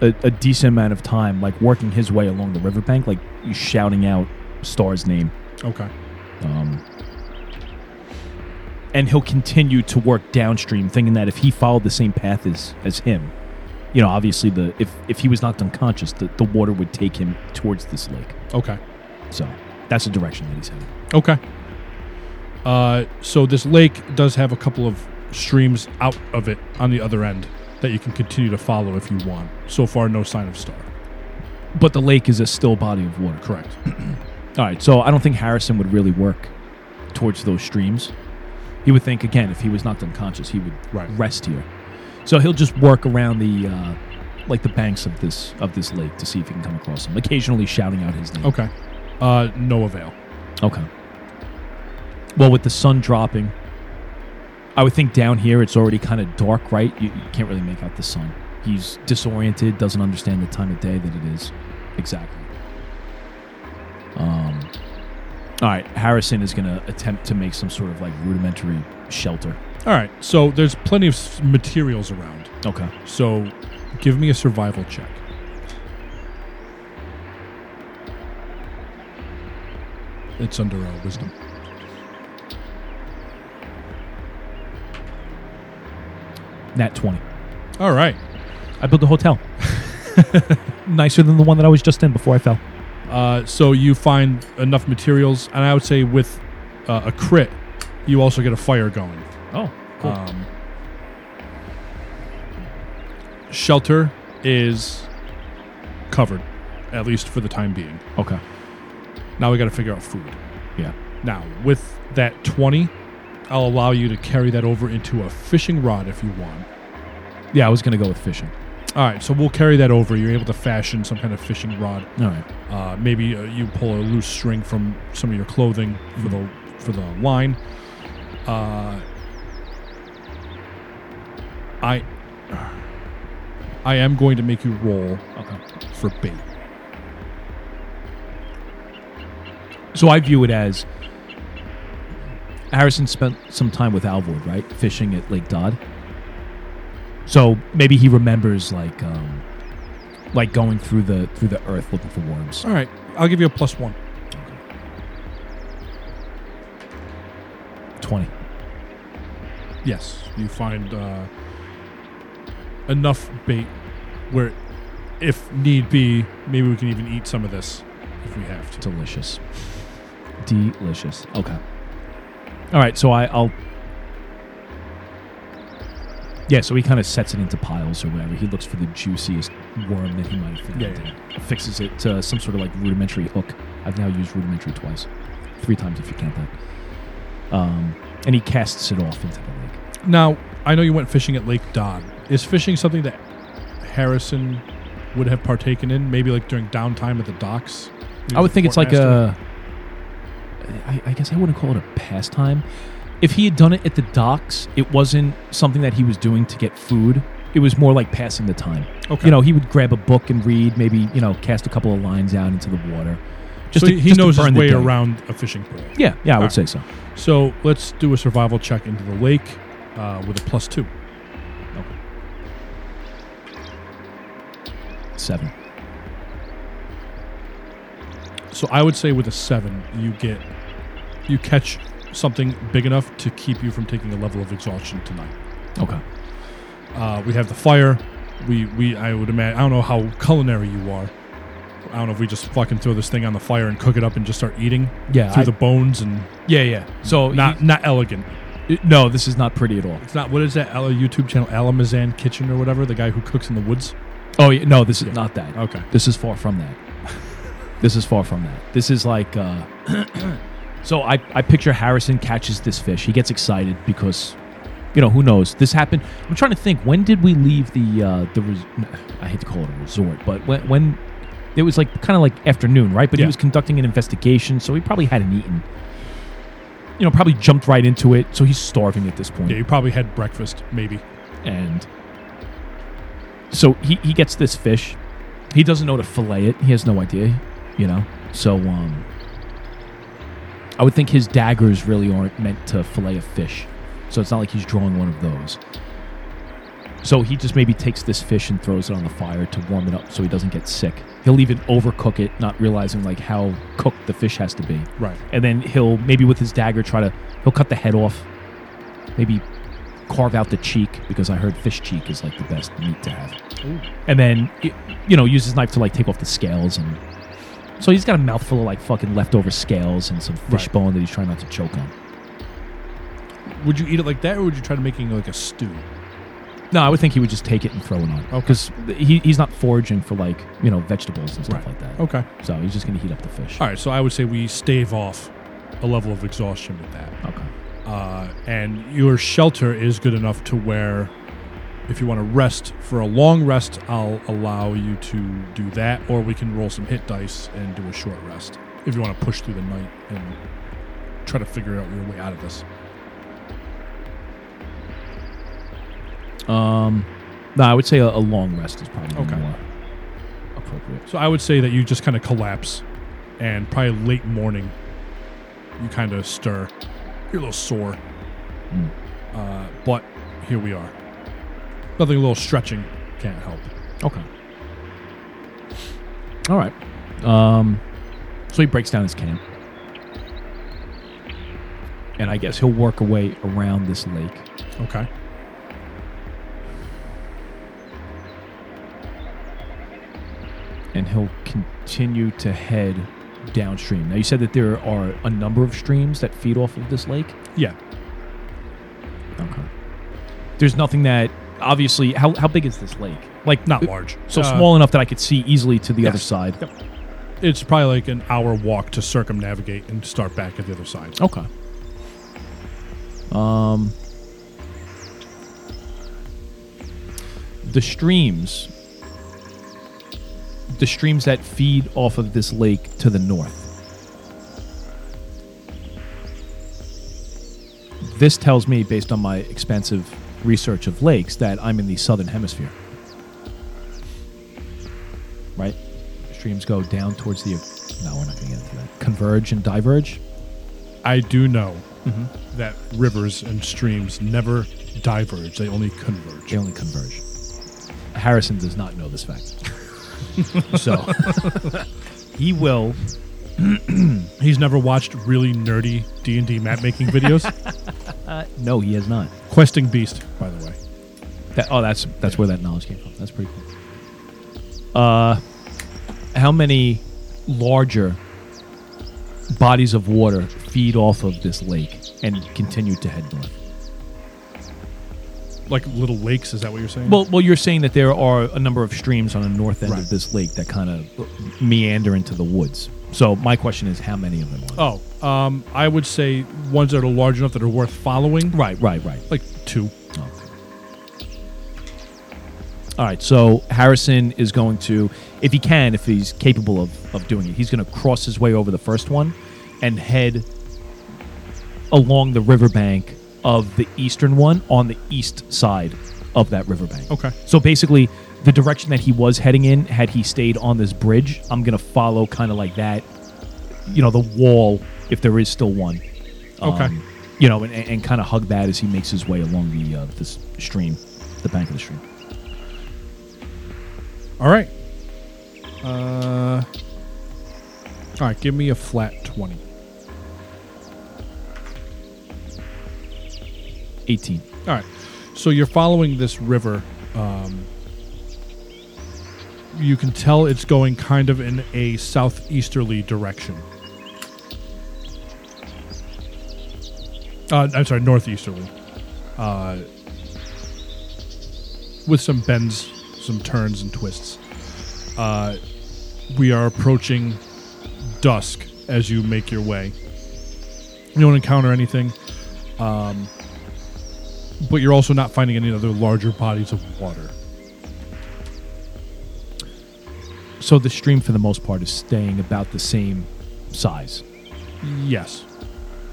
C: a, a decent amount of time like working his way along the riverbank, like shouting out Star's name.
B: Okay.
C: Um, and he'll continue to work downstream, thinking that if he followed the same path as, as him, you know, obviously the if, if he was knocked unconscious, the, the water would take him towards this lake.
B: Okay.
C: So that's the direction that he's heading.
B: Okay. Uh, so this lake does have a couple of streams out of it on the other end that you can continue to follow if you want. So far, no sign of star.
C: But the lake is a still body of water.
B: Correct.
C: All right, so I don't think Harrison would really work towards those streams. He would think again if he was knocked unconscious, he would
B: Right.
C: rest here. So he'll just work around the uh, like the banks of this of this lake to see if he can come across him. Occasionally shouting out his name.
B: Okay. Uh, no avail.
C: Okay. Well, with the sun dropping, I would think down here it's already kind of dark, right? You, you can't really make out the sun. He's disoriented, doesn't understand the time of day that it is. Exactly. Um, all right, Harrison is going to attempt to make some sort of like rudimentary shelter.
B: All right. So there's plenty of s- materials around.
C: Okay.
B: So give me a survival check. It's under uh, wisdom.
C: Nat 20.
B: All right.
C: I built a hotel. Nicer than the one that I was just in before I fell.
B: Uh, so you find enough materials, and I would say with uh, a crit, you also get a fire going.
C: Oh,
B: Um, shelter is covered, at least for the time being.
C: Okay.
B: Now we got to figure out food.
C: Yeah.
B: Now, with that 20, I'll allow you to carry that over into a fishing rod if you want.
C: Yeah, I was gonna go with fishing.
B: All right, so we'll carry that over. You're able to fashion some kind of fishing rod.
C: All right.
B: Uh, maybe uh, you pull a loose string from some of your clothing for the for the line. Uh, I I am going to make you roll
C: Okay.
B: for bait.
C: So I view it as Harrison spent some time with Alvord, right? Fishing at Lake Dodd. So maybe he remembers like um like going through the through the earth looking for worms.
B: All right, I'll give you a plus one.
C: Twenty.
B: Yes, you find uh, enough bait where, if need be, maybe we can even eat some of this if we have to.
C: Delicious. Delicious. Okay. All right, so I, I'll Yeah, so he kind of sets it into piles or whatever. He looks for the juiciest worm that he might have found.
B: Yeah, yeah,
C: Fixes it to some sort of like rudimentary hook. I've now used rudimentary twice. Three times if you count that. Um, and he casts it off into the lake.
B: Now, I know you went fishing at Lake Don. Is fishing something that Harrison would have partaken in, maybe like during downtime at the docks?
C: I would think it's like
B: Portmaster?
C: a. I, I guess I wouldn't call it a pastime. If he had done it at the docks, it wasn't something that he was doing to get food. It was more like passing the time.
B: Okay.
C: You know, he would grab a book and read, maybe, you know, cast a couple of lines out into the water. Just
B: so
C: to,
B: he
C: just to
B: knows his
C: burn the
B: way
C: day.
B: around a fishing pool.
C: Yeah, yeah, I would
B: Alright.
C: say so.
B: So let's do a survival check into the lake uh, with a plus two.
C: Seven.
B: So I would say with a seven, you get you catch something big enough to keep you from taking a level of exhaustion tonight.
C: Okay.
B: Uh, we have the fire. We we I would imagine I don't know how culinary you are. I don't know if we just fucking throw this thing on the fire and cook it up and just start eating
C: Yeah,
B: through
C: I-
B: the bones and
C: Yeah, yeah. So
B: not not elegant.
C: he- no, this is not pretty at all.
B: It's not what is that Ala- YouTube channel Alamazan Kitchen or whatever the guy who cooks in the woods.
C: Oh yeah, no, this is not that.
B: Okay.
C: This is far from that. this is far from that. This is like uh So I, I picture Harrison catches this fish. He gets excited because you know, who knows? This happened. I'm trying to think. When did we leave the uh the res- I hate to call it a resort, but when when it was like kind of like afternoon, right? But
B: Yeah.
C: he was conducting an investigation, so he probably hadn't eaten. You know, probably jumped right into it, so he's starving at this point
B: Yeah, you probably had breakfast maybe.
C: and so he, he gets this fish he doesn't know to fillet it he has no idea you know so um i would think his daggers really aren't meant to fillet a fish so it's not like he's drawing one of those so he just maybe takes this fish and throws it on the fire to warm it up so he doesn't get sick he'll even overcook it not realizing like how cooked the fish has to be
B: Right.
C: and then he'll maybe with his dagger try to he'll cut the head off maybe carve out the cheek because i heard fish cheek is like the best meat to have and then y- you know use his knife to like take off the scales and so he's got a mouthful of like fucking leftover scales and some fish
B: Right.
C: bone that he's trying not to choke on
B: Would you eat it like that or would you try to making like a stew?
C: no i would think he would just take it and throw it on
B: Okay.
C: because he, he's not foraging for like you know vegetables and stuff
B: Right.
C: like that
B: Okay.
C: so he's just gonna heat up the fish
B: All right, so I would say we stave off a level of exhaustion with that.
C: okay
B: uh, and your shelter is good enough to where if you want to rest for a long rest i'll allow you to do that or we can roll some hit dice and do a short rest if you want to push through the night and try to figure out your way out of this
C: um no i would say a, a long rest is probably
B: Okay.
C: more appropriate
B: so i would say that you just kind of collapse and probably late morning you kind of stir you're a little sore uh, but here we are nothing a little stretching can't help
C: Okay. All right. Um, so he breaks down his camp. And I guess he'll work away around this lake.
B: okay
C: And he'll continue to head downstream. Now, you said that there are a number of streams that feed off of this lake.
B: yeah
C: Okay. There's nothing that, obviously, how, how big is this lake? like not large, so
B: Uh,
C: small enough that I could see easily to the other
B: Yes.
C: side.
B: It's probably like an hour walk to circumnavigate and start back at the other side.
C: Okay. Um. The streams, the streams that feed off of this lake to the north. This tells me, based on my expensive research of lakes, that I'm in the southern hemisphere. Right? Streams go down towards the. No, we're not going to get into that. Converge and diverge.
B: I do know
C: Mm-hmm.
B: that rivers and streams never diverge; they only converge.
C: They only converge. Harrison does not know this fact. so he will.
B: He's never watched really nerdy D and D map making videos.
C: No, he has not.
B: Questing Beast, by the way.
C: That, oh, that's that's where that knowledge came from. That's pretty cool. Uh, how many larger bodies of water feed off of this lake and continue to head north?
B: Like little lakes, is that what you're saying?
C: Well, well, you're saying that there are a number of streams on the north end
B: Right.
C: of this lake that kind of meander into the woods. So my question is, how many of them are? there?
B: oh, um, I would say ones that are large enough that are worth following.
C: right, Oh. right, right.
B: Like two.
C: All right, so Harrison is going to, if he can, if he's capable of, of doing it, he's going to cross his way over the first one and head along the riverbank of the eastern one on the east side of that riverbank.
B: Okay.
C: So basically, the direction that he was heading in, had he stayed on this bridge, I'm going to follow kind of like that, you know, the wall, if there is still one.
B: Okay.
C: Um, you know, and, and kind of hug that as he makes his way along the uh, this stream, the bank of the stream.
B: All right. Uh, all right, give me a flat 20.
C: 18.
B: All right. So you're following this river. Um, you can tell it's going kind of in a southeasterly direction. Uh, I'm sorry, northeasterly. Uh, with some bends, some turns, and twists. Uh, we are approaching dusk as you make your way. You don't encounter anything but you're also not finding any other larger bodies of water.
C: So the stream, for the most part, is staying about the same size.
B: Yes.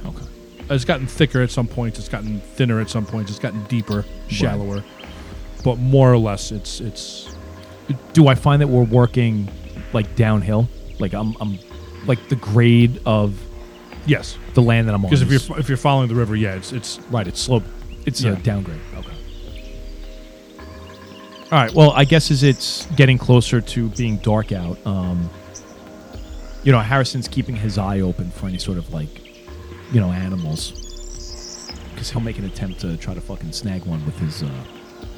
C: Okay.
B: It's gotten thicker at some points, it's gotten thinner at some points, it's gotten deeper, shallower. But more or less it's it's
C: Do I find that we're working like downhill? Like I'm, I'm like the grade of
B: yes.
C: the land that I'm on.
B: Because if
C: is-
B: you're if you're following the river, yeah, it's uh, it's
C: right, it's slope. It's
B: Yeah.
C: a downgrade. Okay. All right. Well, I guess as it's getting closer to being dark out, um, you know, Harrison's keeping his eye open for any sort of like, you know, animals, because he'll make an attempt to try to fucking snag one with his, uh,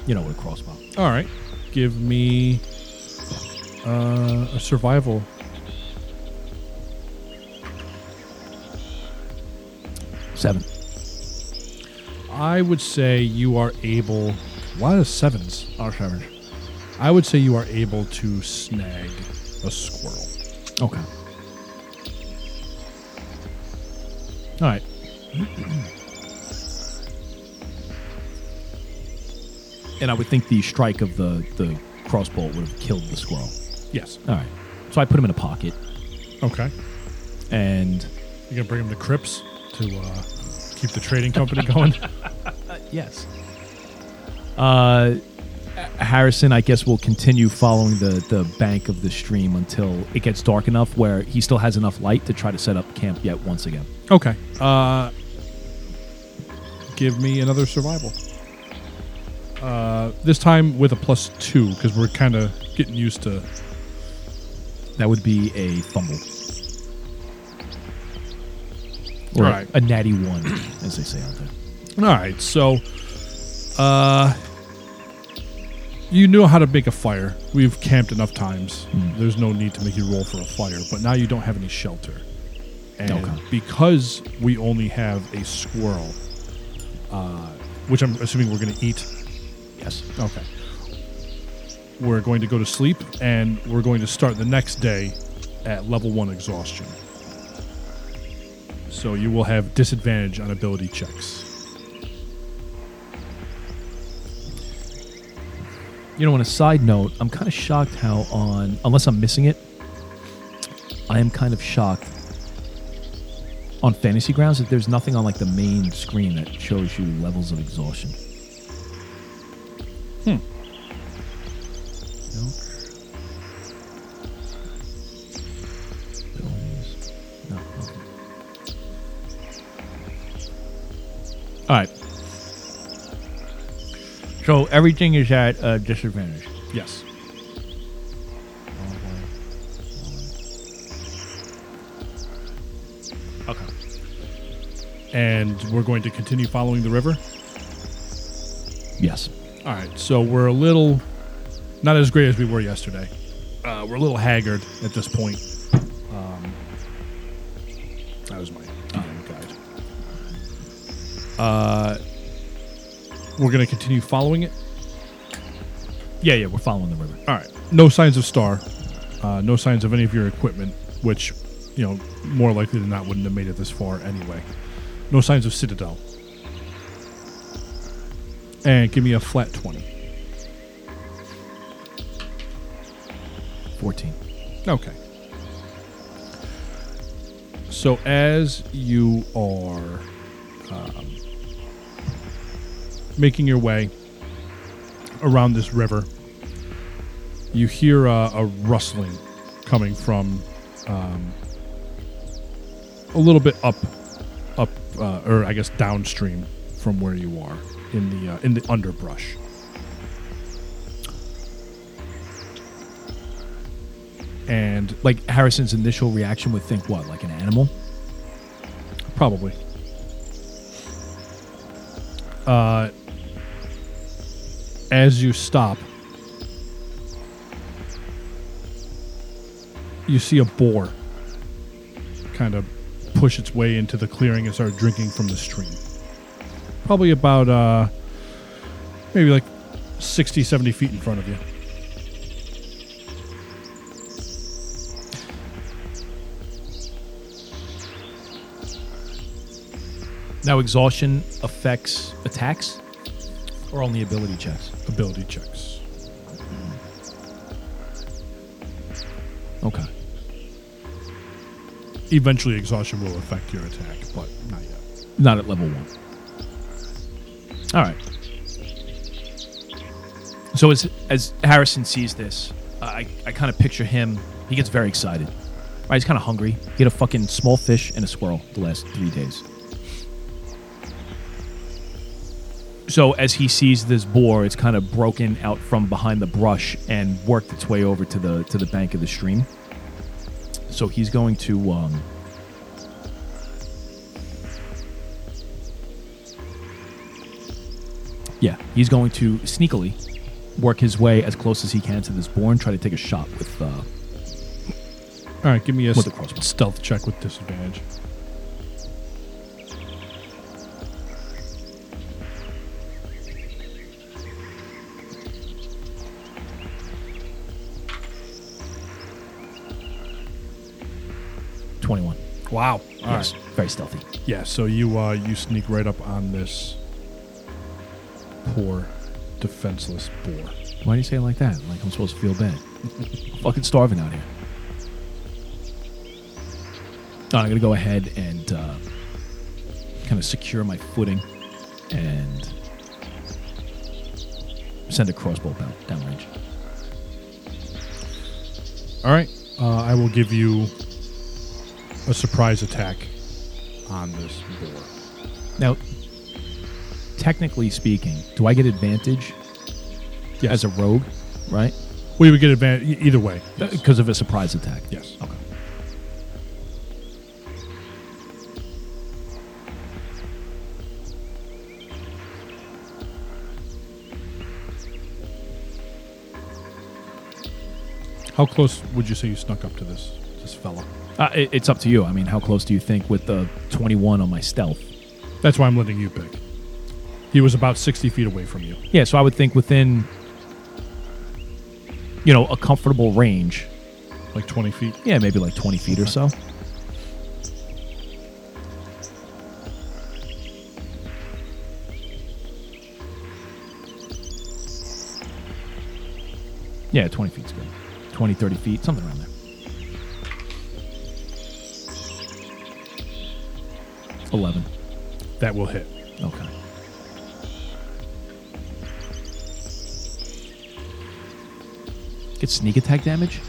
C: you know, with a crossbow.
B: all right. Give me uh, a survival.
C: Seven.
B: I would say you are able. A lot of sevens are seven. I would say you are able to snag a squirrel.
C: Okay. All right. and I would think the strike of the the crossbow would have killed the squirrel.
B: Yes.
C: All right. So I put him in a pocket
B: Okay.
C: and
B: You gonna bring him to Crips to uh, keep the trading company going?
C: yes. Uh Harrison, I guess, will continue following the, the bank of the stream until it gets dark enough where he still has enough light to try to set up camp yet once again.
B: okay. Uh, give me another survival. Uh, this time with a plus two because we're kind of getting used to.
C: That would be a fumble. Or
B: Right.
C: a natty one, as they say out there.
B: All right. So, uh, you know how to make a fire. We've camped enough times.
C: Hmm.
B: There's no need to make you roll for a fire. But now you don't have any shelter, and
C: Okay.
B: because we only have a squirrel, uh, which I'm assuming we're gonna eat
C: Yes.
B: Okay. We're going to go to sleep, and we're going to start the next day at level one exhaustion. So you will have disadvantage on ability checks.
C: You know, on a side note, I'm kind of shocked how on unless I'm missing it, I am kind of shocked on fantasy grounds that there's nothing on like the main screen that shows you levels of exhaustion. Hmm. No. Abilities. No. All right. So everything is at a disadvantage.
B: Yes.
C: Okay.
B: And we're going to continue following the river.
F: Yes.
B: All right, so we're a little not as great as we were yesterday. Uh, we're a little haggard at this point. Um, that was my DM guide. Uh, we're going to continue following it.
C: Yeah, yeah, we're following the river.
B: All right, no signs of Star, uh, no signs of any of your equipment, which you know more likely than not wouldn't have made it this far anyway. No signs of Citadel. And give me a flat twenty.
C: 14.
B: Okay. So as you are um, making your way around this river, you hear a, a rustling coming from um, a little bit up, up, uh, or I guess downstream from where you are in the uh, in the underbrush. And
C: Like Harrison's initial reaction would think what, like an animal?
B: Probably. Uh, Uh, as you stop, you see a boar kind of push its way into the clearing and start drinking from the stream. Probably about uh, maybe like 60, 70 feet in front of you.
C: Now, exhaustion affects attacks or only ability checks?
B: Ability checks.
C: Okay.
B: Eventually, exhaustion will affect your attack, but not yet.
C: Not at level one. All right. So as as Harrison sees this, I I kind of picture him. He gets very excited. Right, he's kind of hungry. He had a fucking small fish and a squirrel the last three days. So as he sees this boar, it's kind of broken out from behind the brush and worked its way over to the to the bank of the stream. So he's going to um, Yeah, he's going to sneakily work his way as close as he can to this boar and try to take a shot with. Uh,
B: All right, give me a
C: With the
B: st-
C: crossbow.
B: stealth check with disadvantage.
C: Twenty-one.
B: Wow. All right.
C: yes, very stealthy.
B: Yeah, so you uh, you sneak right up on this poor, defenseless boar.
C: Why do you say it like that? Like I'm supposed to feel bad? I'm fucking starving out here. All right, I'm gonna go ahead and uh, kind of secure my footing and send a crossbow down downrange.
B: All right, uh, I will give you a surprise attack on this boar.
C: Now, technically speaking, do I get advantage
B: Yes.
C: as a rogue, right?
B: We would get advantage e- either way. Yes.
C: Because of a surprise attack.
B: Yes.
C: Okay.
B: How close would you say you snuck up to this this fella?
C: Uh, it, it's up to you. I mean, how close do you think with the 21 on my stealth?
B: That's why I'm letting you pick. He was about sixty feet away from you.
C: Yeah, so I would think within you know, a comfortable range.
B: like 20 feet.
C: Yeah, maybe like 20 feet or so. Yeah, 20 feet's good. 20, 30 feet, something around there. Eleven.
B: That will hit.
C: Okay. Get sneak attack damage?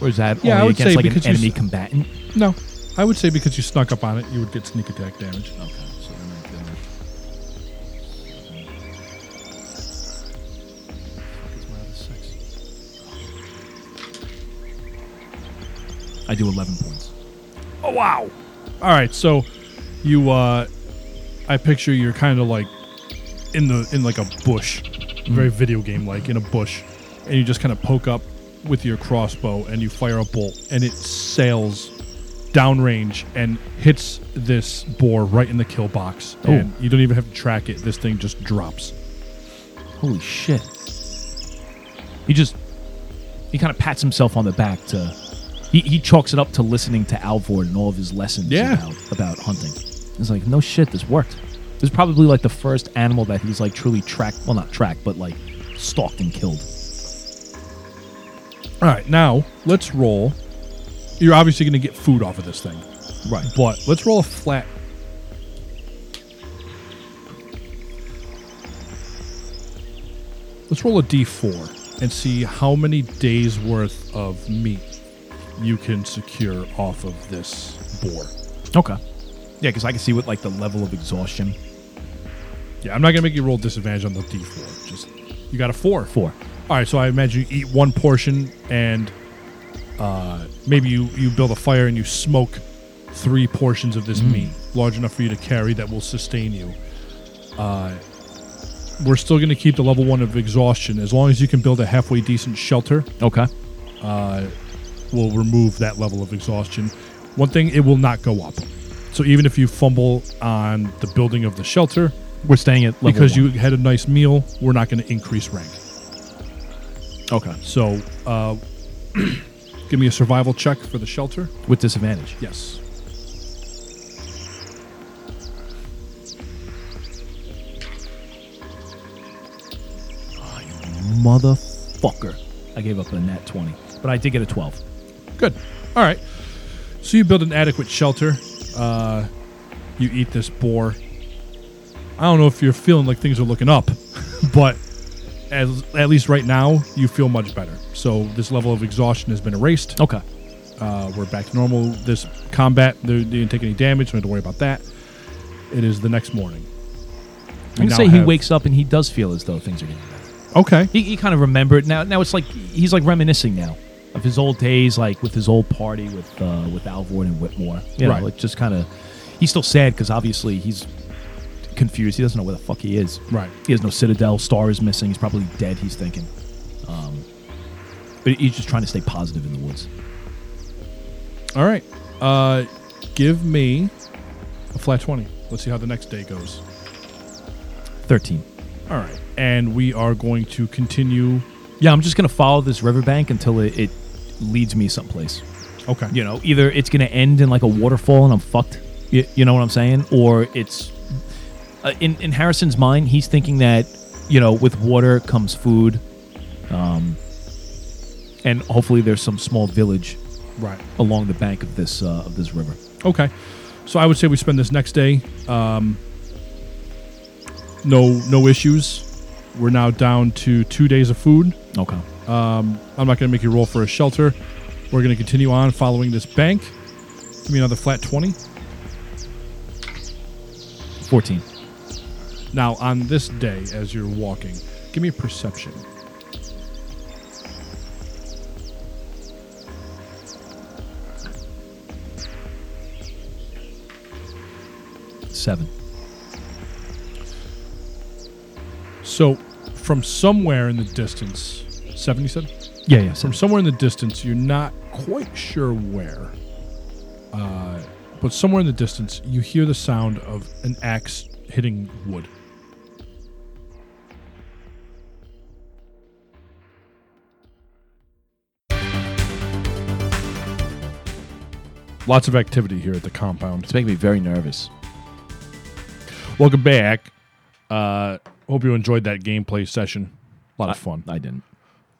C: Or is that
B: Yeah, I
C: only
B: would
C: against
B: say
C: like
B: because
C: an
B: you
C: enemy
B: s-
C: combatant?
B: No. I would say because you snuck up on it, you would get sneak attack damage.
C: Okay, so then I damage. I do 11 points.
B: Oh wow! All right, so you, uh I picture you're kind of like in the in like a bush, very video game like in a bush, and you just kind of poke up with your crossbow and you fire a bolt and it sails downrange and hits this boar right in the kill box. And you don't even have to track it. This thing just drops.
C: Holy shit. He just he kind of pats himself on the back to he, he chalks it up to listening to Alvord and all of his lessons
B: Yeah.
C: about, about hunting. It's like, no shit, this worked. This is probably like the first animal that he's like truly tracked well not tracked, but like stalked and killed.
B: All right, now let's roll. You're obviously going to get food off of this thing,
C: Right.
B: but let's roll a flat. Let's roll a d4 and see how many days worth of meat you can secure off of this boar.
C: Okay. Yeah, because I can see what like the level of exhaustion.
B: Yeah, I'm not going to make you roll disadvantage on the d4. Just you got a 4.
C: Four.
B: All right, so I imagine you eat one portion and uh, maybe you, you build a fire and you smoke three portions of this
C: Mm-hmm.
B: meat, large enough for you to carry that will sustain you. Uh, we're still going to keep the level one of exhaustion. As long as you can build a halfway decent shelter,
C: Okay.
B: we'll remove that level of exhaustion. One thing, it will not go up. So even if you fumble on the building of the shelter,
C: We're staying at level
B: because
C: one.
B: you had a nice meal, we're not going to increase rank.
C: Okay.
B: So, uh, give me a survival check for the shelter.
C: With disadvantage.
B: Yes.
C: Motherfucker. I gave up a nat twenty. But I did get a twelve.
B: Good. All right. So you build an adequate shelter. Uh, you eat this boar. I don't know if you're feeling like things are looking up, but as, at least right now you feel much better. So this level of exhaustion has been erased.
C: Okay.
B: Uh, we're back to normal. This combat, they they didn't take any damage. Don't have to worry about that. It is the next morning.
C: I
B: You
C: can
B: now
C: say he
B: have-
C: wakes up and he does feel as though things are getting better.
B: Okay.
C: He, he kind of remembered now. Now it's like he's like reminiscing now of his old days, like with his old party with uh, with Alvord and Whitmore. You
B: Right.
C: know, it's just kind of he's still sad because obviously he's confused. He doesn't know where the fuck he is.
B: Right.
C: He has no citadel. Star is missing. He's probably dead. He's thinking, um, but he's just trying to stay positive in the woods.
B: All right. Uh, give me a flat 20. Let's see how the next day goes.
C: Thirteen.
B: All right. And we are going to continue.
C: Yeah, I'm just gonna follow this riverbank until it, it leads me someplace.
B: Okay.
C: you know, either it's going to end in like a waterfall and I'm fucked. You, you know what I'm saying? Or it's uh, in in Harrison's mind, he's thinking that you know, with water comes food, um, and hopefully there's some small village
B: Right.
C: along the bank of this uh, of this river.
B: Okay. So I would say we spend this next day. Um, no, no issues. We're now down to two days of food.
C: Okay.
B: I'm not going to make you roll for a shelter. We're going to continue on following this bank. Give me another flat 20.
C: Fourteen.
B: Now, on this day, as you're walking, give me a perception.
C: Seven.
B: So, from somewhere in the distance, 70 said?
C: Yeah, yeah.
B: From
C: Seven.
B: somewhere in the distance, you're not quite sure where, uh, but somewhere in the distance, you hear the sound of an axe hitting wood. Lots of activity here at the compound.
C: It's making me very nervous.
B: Welcome back. Uh, hope you enjoyed that gameplay session. A lot of fun.
C: I didn't.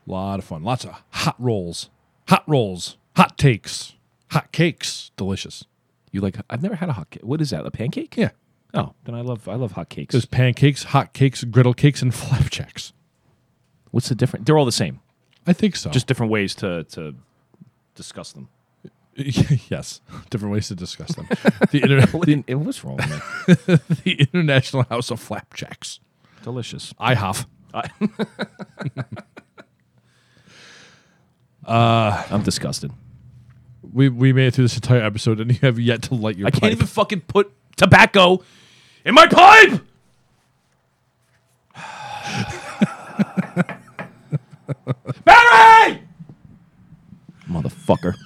B: lot of fun. Lots of hot rolls. Hot rolls. Hot takes. Hot cakes. Delicious.
C: You like? I've never had a hot. Cake. What is that? A pancake?
B: Yeah.
C: Oh, then I love. I love hot cakes.
B: There's pancakes, hot cakes, griddle cakes, and flapjacks.
C: What's the difference? They're all the same.
B: I think so.
C: Just different ways to to discuss them.
B: yes, different ways to discuss them. the, inter-
C: What in- what's wrong? with me?
B: the International House of Flapjacks.
C: Delicious.
B: IHOP.
C: I'm disgusted.
B: We we made it through this entire episode, and you have yet to light your.
C: I
B: pipe.
C: can't even fucking put tobacco in my pipe. Barry! Motherfucker.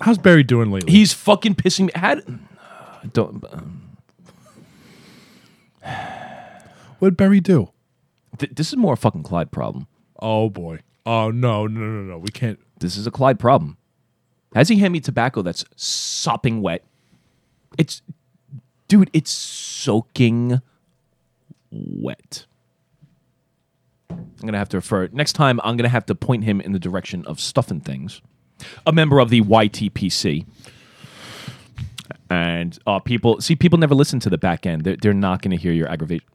B: How's Barry doing lately?
C: He's fucking pissing me. Had don't um,
B: What'd Barry do?
C: th- this is more a fucking Clyde problem.
B: Oh boy. Oh no no no no. We can't.
C: This is a Clyde problem. Has he hand me tobacco that's sopping wet? It's dude, it's soaking wet. I'm gonna have to refer next time I'm gonna have to point him in the direction of stuffing things. A member of the YTPC. And uh, people see people never listen to the back end. They're, they're not gonna hear your aggravation.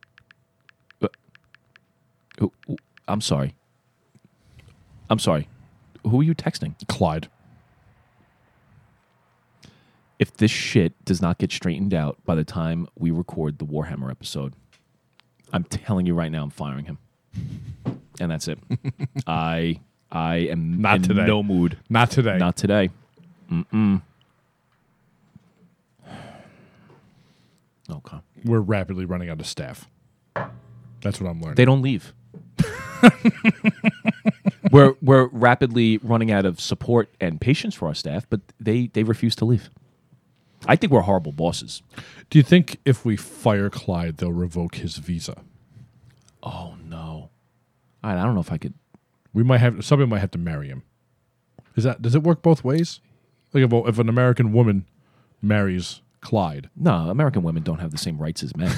C: Uh, oh, oh, I'm sorry. I'm sorry. Who are you texting?
B: Clyde.
C: if this shit does not get straightened out by the time we record the Warhammer episode, I'm telling you right now, I'm firing him. And that's it. I I am
B: Not
C: in
B: today.
C: No mood.
B: Not today.
C: Not today. Mm-mm. Okay.
B: We're rapidly running out of staff. That's what I'm learning.
C: They don't leave. we're we're rapidly running out of support and patience for our staff, but they they refuse to leave. I think we're horrible bosses.
B: do you think if we fire Clyde, they'll revoke his visa?
C: Oh no. All right, I don't know if I could
B: We might have somebody might have to marry him. Is that does it work both ways? Like if, a- if an American woman marries Clyde,
C: No, American women don't have the same rights as men.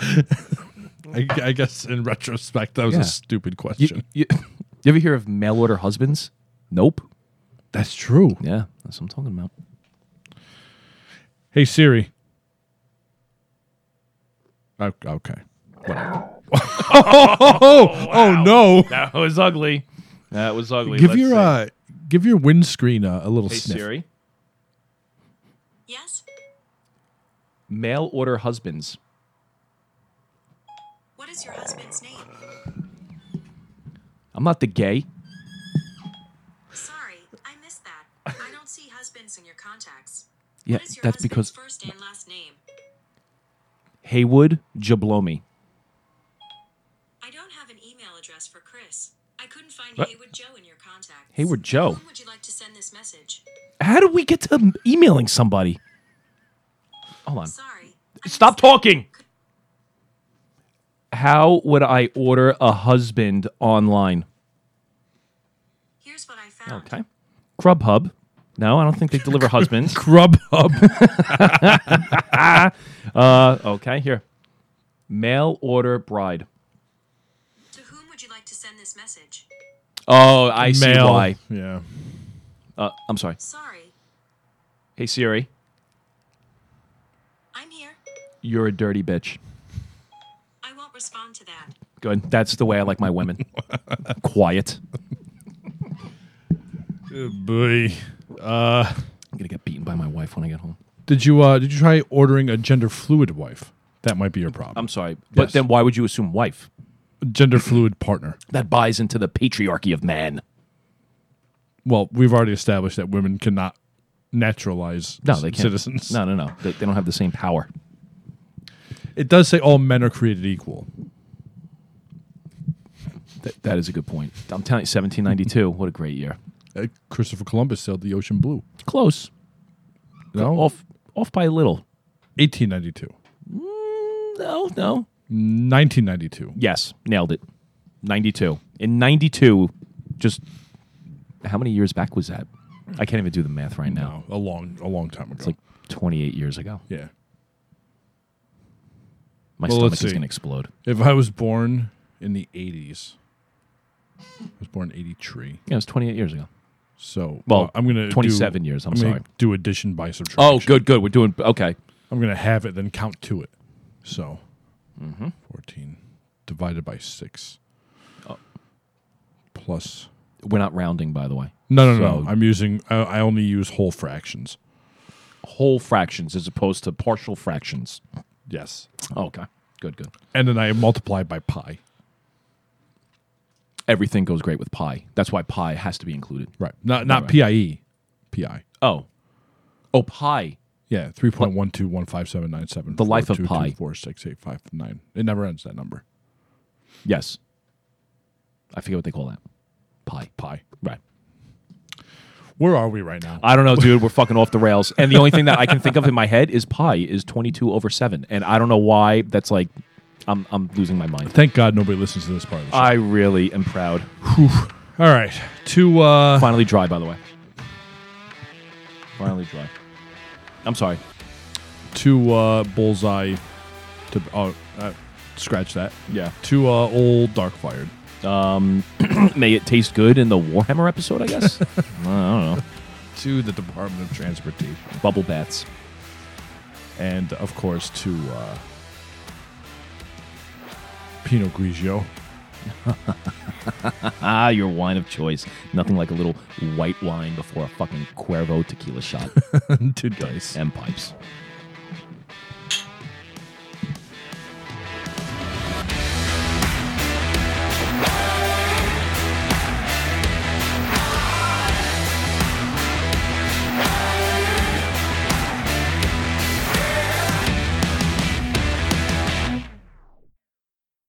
B: I, I guess in retrospect that was
C: Yeah.
B: a stupid
C: you,
B: question.
C: you, you ever hear of mail order husbands? Nope.
B: That's true.
C: Yeah, that's what I'm talking about.
B: Hey Siri. O- Oh, Okay. Whatever. oh, no!
C: That was ugly. That was ugly.
B: Give your uh, give your windscreen uh, a little sniff.
G: Yes?
C: Mail order husbands.
G: What is your husband's name?
C: I'm not the gay.
G: Sorry, I missed that. I don't see husbands in your contacts.
C: Yeah,
G: what is your
C: that's because
G: husband's first and last name?
C: Haywood Jablomi.
G: I don't have an email address for Chris. I couldn't find
C: What?
G: Haywood Joe in your contacts.
C: Hayward Joe?
G: To whom would you like to send this message?
C: How do we get to m- emailing somebody? Hold on.
G: Sorry. I
C: Stop
G: missed that.
C: talking. How would I order a husband online?
G: Here's what I found.
C: Okay. Grubhub. No, I don't think they deliver husbands.
B: Grubhub.
C: Uh, okay, here. Mail order bride.
G: To whom would you like to send this message?
C: Oh, I
B: Mail. Yeah.
C: Uh, I'm sorry.
G: Sorry,
C: Hey Siri,
G: I'm here.
C: you're a dirty bitch.
G: I won't respond to that.
C: Good. That's the way I like my women. Quiet.
B: boy. Uh,
C: I'm gonna get beaten by my wife when I get home.
B: Did you uh, did you try ordering a gender fluid wife? That might be your problem.
C: I'm sorry, but
B: Yes.
C: then why would you assume wife?
B: gender fluid partner.
C: That buys into the patriarchy of man.
B: Well, we've already established that women cannot naturalize
C: No, they can't.
B: citizens.
C: No, no, no. They, they don't have the same power.
B: It does say all men are created equal.
C: Th- that is a good point. I'm telling you, 1792. What a great year.
B: Uh, Christopher Columbus sailed the ocean blue.
C: Close.
B: No,
C: Off. Off by a little.
B: 1892,
C: No, no.
B: 1992.
C: Yes, nailed it. 92. In 92, just how many years back was that? I can't even do the math right now.
B: No, a long, a long time ago.
C: It's like 28 years ago.
B: yeah.
C: My
B: Well,
C: stomach
B: let's
C: is
B: see.
C: going to explode.
B: If I was born in the '80s, I was born in '83.
C: Yeah, it was 28 years ago.
B: So
C: Well,
B: uh, I'm gonna do-
C: 27 years, I'm
B: gonna
C: sorry.
B: Do addition by subtraction.
C: Oh, good, good. We're doing okay.
B: I'm gonna have it, then count to it. So,
C: Mm-hmm.
B: 14 divided by six
C: Oh.
B: plus.
C: We're not rounding, by the way.
B: No, no, no.
C: So-
B: I'm using. I, I only use whole fractions.
C: Whole fractions as opposed to partial fractions. Oh,
B: Yes,
C: Okay, good, good.
B: and then I multiply by pi.
C: Everything goes great with pi. That's why pi has to be included.
B: Right. Not not E.
C: Right.
B: pie. Pi.
C: Oh, oh, pi.
B: Yeah, three point one two one five seven nine seven.
C: The life of pi.
B: Four six eight five nine. It never ends. That number.
C: Yes. I forget what they call that. Pi. Pi. Right.
B: Where are we right now?
C: I don't know, dude. We're fucking off the rails. And the only thing that I can think of in my head is pi is 22 over 7. And I don't know why that's like, I'm, I'm losing my mind.
B: Thank God nobody listens to this part of the show.
C: I really am proud.
B: All right. To uh,
C: Finally dry, by the way. Finally dry. I'm sorry.
B: to uh, bullseye. To oh, uh, scratch that.
C: Yeah.
B: To uh, old Darkfired.
C: May it taste good in the Warhammer episode, I guess? I don't know.
B: To the Department of Transportation.
C: Bubble baths.
B: and of course to uh, Pinot Grigio.
C: Ah, your wine of choice. Nothing like a little white wine before a fucking Cuervo tequila shot
B: to dice.
C: and pipes.